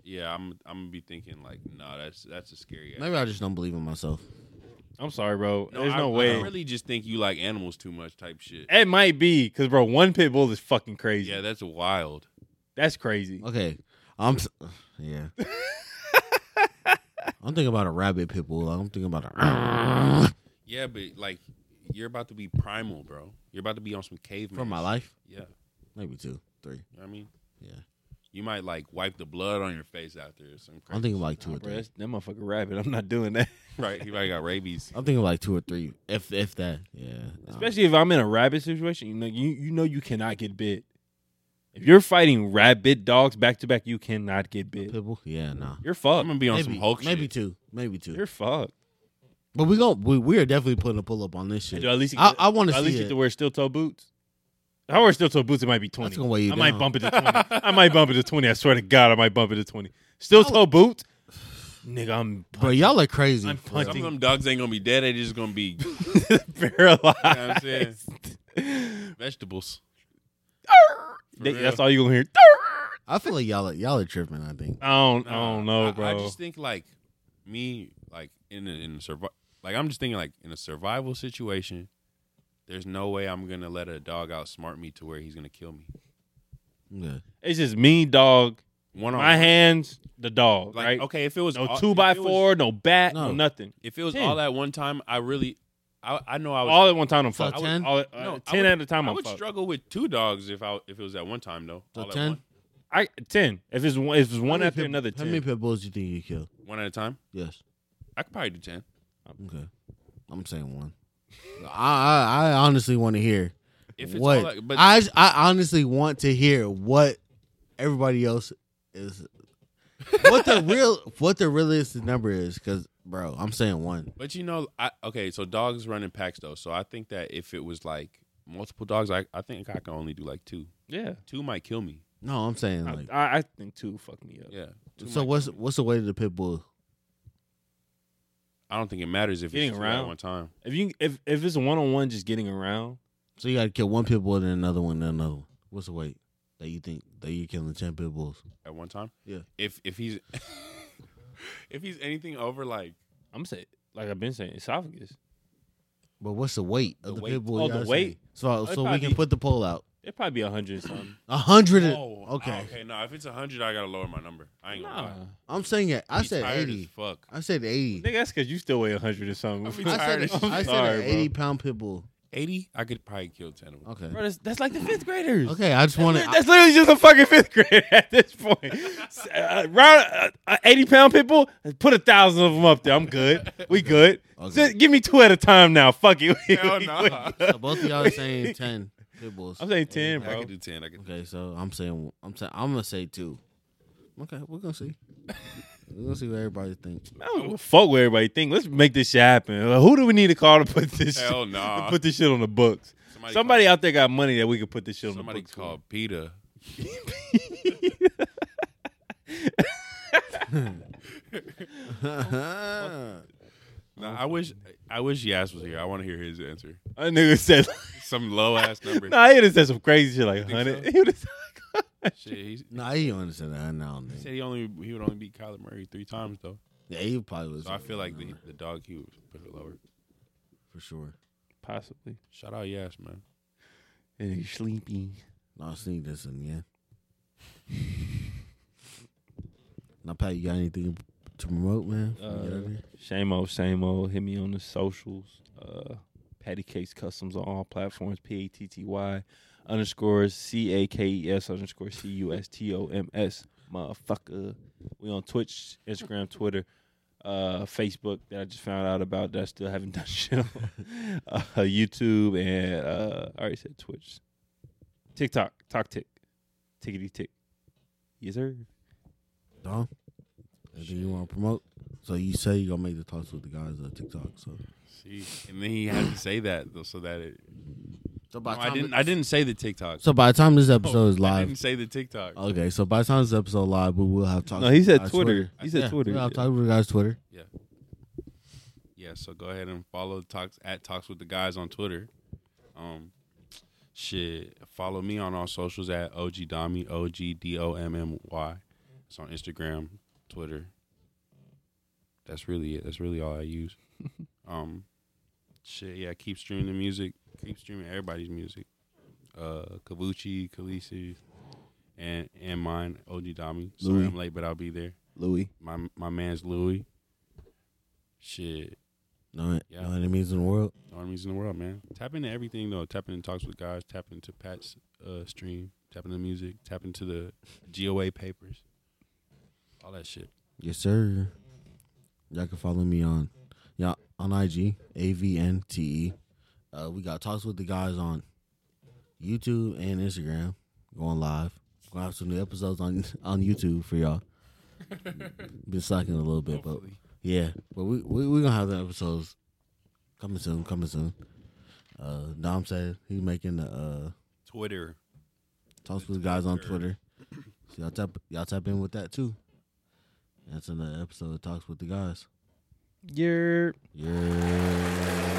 A: yeah, I'm I'm gonna be thinking like, no, that's that's a scary. ass.
C: Maybe I just don't believe in myself.
B: I'm sorry, bro. There's
A: I-
B: no way.
A: I really just think you like animals too much, type shit.
B: it might be because bro, one pit bull is fucking crazy.
A: Yeah, that's wild.
B: That's crazy.
C: Okay, I'm. s- Yeah. I'm thinking about a rabbit pit bull. I'm thinking about a
A: Yeah, but like, you're about to be primal, bro. You're about to be on some caveman.
C: for my
A: shit.
C: life.
A: Yeah, you
C: Maybe two, three.
A: know what I mean,
C: Yeah.
A: you might like wipe the blood on your face after or some. Crazy
C: I'm thinking like two
B: Nah,
C: or
B: bro,
C: three.
B: that's- that motherfucker rabbit. I'm not doing that.
A: right. You might got rabies.
C: I'm thinking like two or three. If if that, yeah. Um,
B: Especially if I'm in a rabbit situation, you know, you you know you cannot get bit. If you're fighting rabbit dogs back to back, you cannot get bit.
C: pit bull. Yeah, no.
B: You're
A: I'm
B: fucked.
A: gonna be on
C: Maybe,
A: some Hulk
C: maybe
A: shit.
C: two, maybe two.
B: You're fucked.
C: but we gon' we, we are definitely putting a pull up on this shit.
B: Do I at least
C: I, I want
B: do
C: to
B: I at least
C: see
B: get
C: it.
B: to wear steel toe boots. If I wear steel toe boots, it might be twenty.
C: That's gonna weigh you
B: I might
C: down.
B: bump it to twenty. I might bump it to twenty. I swear to God, I might bump it to twenty. Steel toe boots, nigga. I'm
C: Bro, y'all are crazy.
B: I'm
C: for-
A: Some
B: punching.
A: of them dogs ain't gonna be dead. They just gonna be
B: paralyzed.
A: saying? vegetables. For
B: They-
A: real.
B: that's all you gonna hear.
C: I feel like y'all are, y'all are tripping. I think.
B: I don't. I
A: Nah,
B: don't know, bro.
A: I, I just think like me, like in a, in a survival, like I'm just thinking like in a survival situation. There's no way I'm gonna let a dog outsmart me to where he's gonna kill me.
C: Yeah.
B: it's just me, dog.
A: One on
B: My
A: one.
B: hands, the dog.
A: like
B: right?
A: okay, if it was
B: No
A: all-
B: two
A: if
B: by
A: it was-
B: four, no bat, no,
C: No.
B: nothing.
A: if it was
B: Ten.
A: all at one time, I really, I, I know I was
B: all at one time, I'm
C: So
B: fucked.
C: 10?
B: All, at- uh,
A: No, I
B: ten
A: would-
B: at a time,
A: I
B: I'm
A: would
B: fucked.
A: struggle with two dogs if I if it was at one time though.
C: So
A: All at
C: 10?
A: one,
B: I ten. If it's one, if it's
C: How
B: one
C: many
B: after
C: pit-
B: another,
C: How many
B: ten.
C: pit bulls do you think you killed?
A: one at a time.
C: Yes.
A: I could probably do ten.
C: Okay. I'm saying one. I I, I honestly want to hear
A: If it's
C: what
A: all at, but
C: I I honestly want to hear what everybody else is what the real what the realistic number is because bro I'm saying one.
A: But you know, I okay, so dogs run in packs though. So I think that if it was like multiple dogs, I, I think I can only do like two.
B: Yeah,
A: Two might kill me.
C: No, I'm saying
B: I,
C: like
B: I, I think two fuck me up.
A: Yeah. Two
C: so.
A: might-
C: What's what's the weight of the pit bull?
A: I don't think it matters if
B: Getting
A: it's two
B: around.
A: at one time.
B: If you if if it's one on one, just getting around.
C: So you got to kill one pit bull then another one then another one. What's the weight that you think that you killing ten pit bulls?
A: At one time.
C: Yeah.
A: If if he's if he's anything over like
B: I'm saying, like I've been saying, esophagus.
C: But what's the weight
A: The
C: of the,
A: weight.
C: pit bull?
B: Oh,
C: y'all
B: the
C: saying?
B: weight?
C: So
B: It'd
C: so we
B: probably
C: can
B: be-
C: put the poll out.
B: It'd probably be a hundred something.
C: A hundred. and-
A: oh,
C: okay.
A: ah, okay, no, if it's a hundred I gotta lower my number. I ain't gonna
B: Nah,
A: lie.
C: I'm saying it. I
A: Be
C: said
A: tired as
C: eighty.
A: fuck.
C: I said eighty.
B: nigga, that's because you still weigh a hundred or
A: I'll be
B: something.
C: I
A: tired
C: said,
A: as
C: a-
A: shit.
C: I said
B: Sorry,
C: an
B: bro.
C: 80 pound pit bull.
A: Eighty, I could probably kill ten of them.
C: Okay.
B: Bro, that's, that's like the fifth graders.
C: Okay, I just want
B: That's,
C: to.
B: literally just a fucking fifth grader at this point. S- Uh, round uh, uh, eighty pound pit bull, put a thousand of them up there. I'm good. We good.
C: Okay.
B: Just give me two at a time now. Fuck it. We-
A: Hell
B: we-
A: nah.
B: we good.
C: Both of y'all are saying 10 pit bulls.
B: I'm saying ten,
A: I
B: bro.
A: could do ten. I could
C: Okay, so I'm saying I'm saying I'm gonna say two. Okay, we're gonna see. We're gonna see what everybody thinks.
B: I don't give a fuck what everybody think. Let's make this shit happen. Uh, who do we need to call to put this shit,
A: Hell nah.
B: to put this shit on the books?
A: Somebody
B: Somebody, out there got money that we could put this shit on
A: somebody
B: the books.
A: called Peter.
C: That's
A: No, I wish I wish Yas was here. I want to hear his answer.
B: with. A nigga said,
A: Some low ass number.
B: "Nah, he would have said some crazy shit like
A: think
B: hundred.
A: so?
B: He would have
A: Shit, he's-
C: no, he understand that now.
A: he said he only he would only beat Kyler Murray three times though.
C: Yeah, he probably was.
A: So I feel like the, the dog he would put it lower.
C: for sure.
B: possibly.
A: Shout out Yas, man.
B: And he's sleepy.
C: No, I seen this in yeah. now, Pat, you got anything to promote, man? Before
A: Uh,
C: we get out of here?
B: Shame old, same old. Hit me on the socials. Uh, Patty Cakes Customs on all platforms. P A T T Y underscore C A K E S underscore C U S T O M S. Motherfucker. We on Twitch, Instagram, Twitter, uh, Facebook that I just found out about that I still haven't done shit on. uh, YouTube and uh, I already said Twitch. TikTok, Talk Tick, Tickety Tick. Yes, sir.
C: Dom, anything you want to promote? So you say you're gonna make the talks with the guys on TikTok. So,
A: See, and then he had to say that though, so that it.
C: so
A: No, I didn't. I didn't say the TikTok.
C: So by the time this episode is
A: I
C: live,
A: didn't say the TikTok.
C: okay. So by the time this episode live, we will have talks.
B: No, he
C: with the
B: said
C: guys'
B: Twitter. He said
C: Yeah,
B: Twitter.
C: We'll have
B: yeah.
C: talks with the guys Twitter.
A: Yeah, so go ahead and follow talks at talks with the guys on Twitter. Um, shit, follow me on all socials at OG Domi O G D O M M Y. It's on Instagram, Twitter. That's really it. That's really all I use. um, shit, yeah. Keep streaming the music. Keep streaming everybody's music. Uh, Kabuchi, Khaleesi, and and mine, OG Dami. Sorry
B: Louis.
A: I'm late, but I'll be there.
C: Louis.
A: My my man's Louis. Shit.
C: No,
A: Yeah.
C: no enemies in the world.
A: No enemies in the world, man. Tap into everything though. Tap into talks with guys. Tap into Pat's uh, stream. Tap into music. Tap into the GOA papers. All that shit.
C: Yes, sir. Y'all can follow me on y'all on IG, A V N T E. Uh we got talks with the guys on YouTube and Instagram. Going live. Gonna have some new episodes on on YouTube for y'all. Been slacking a little bit, but yeah. But we we we gonna have the episodes coming soon, coming soon. Uh Dom said he's making the uh
A: Twitter.
C: Talks with guys on Twitter. So y'all tap y'all tap in with that too. That's another episode of Talks with the Guys.
B: You're.
C: Yeah.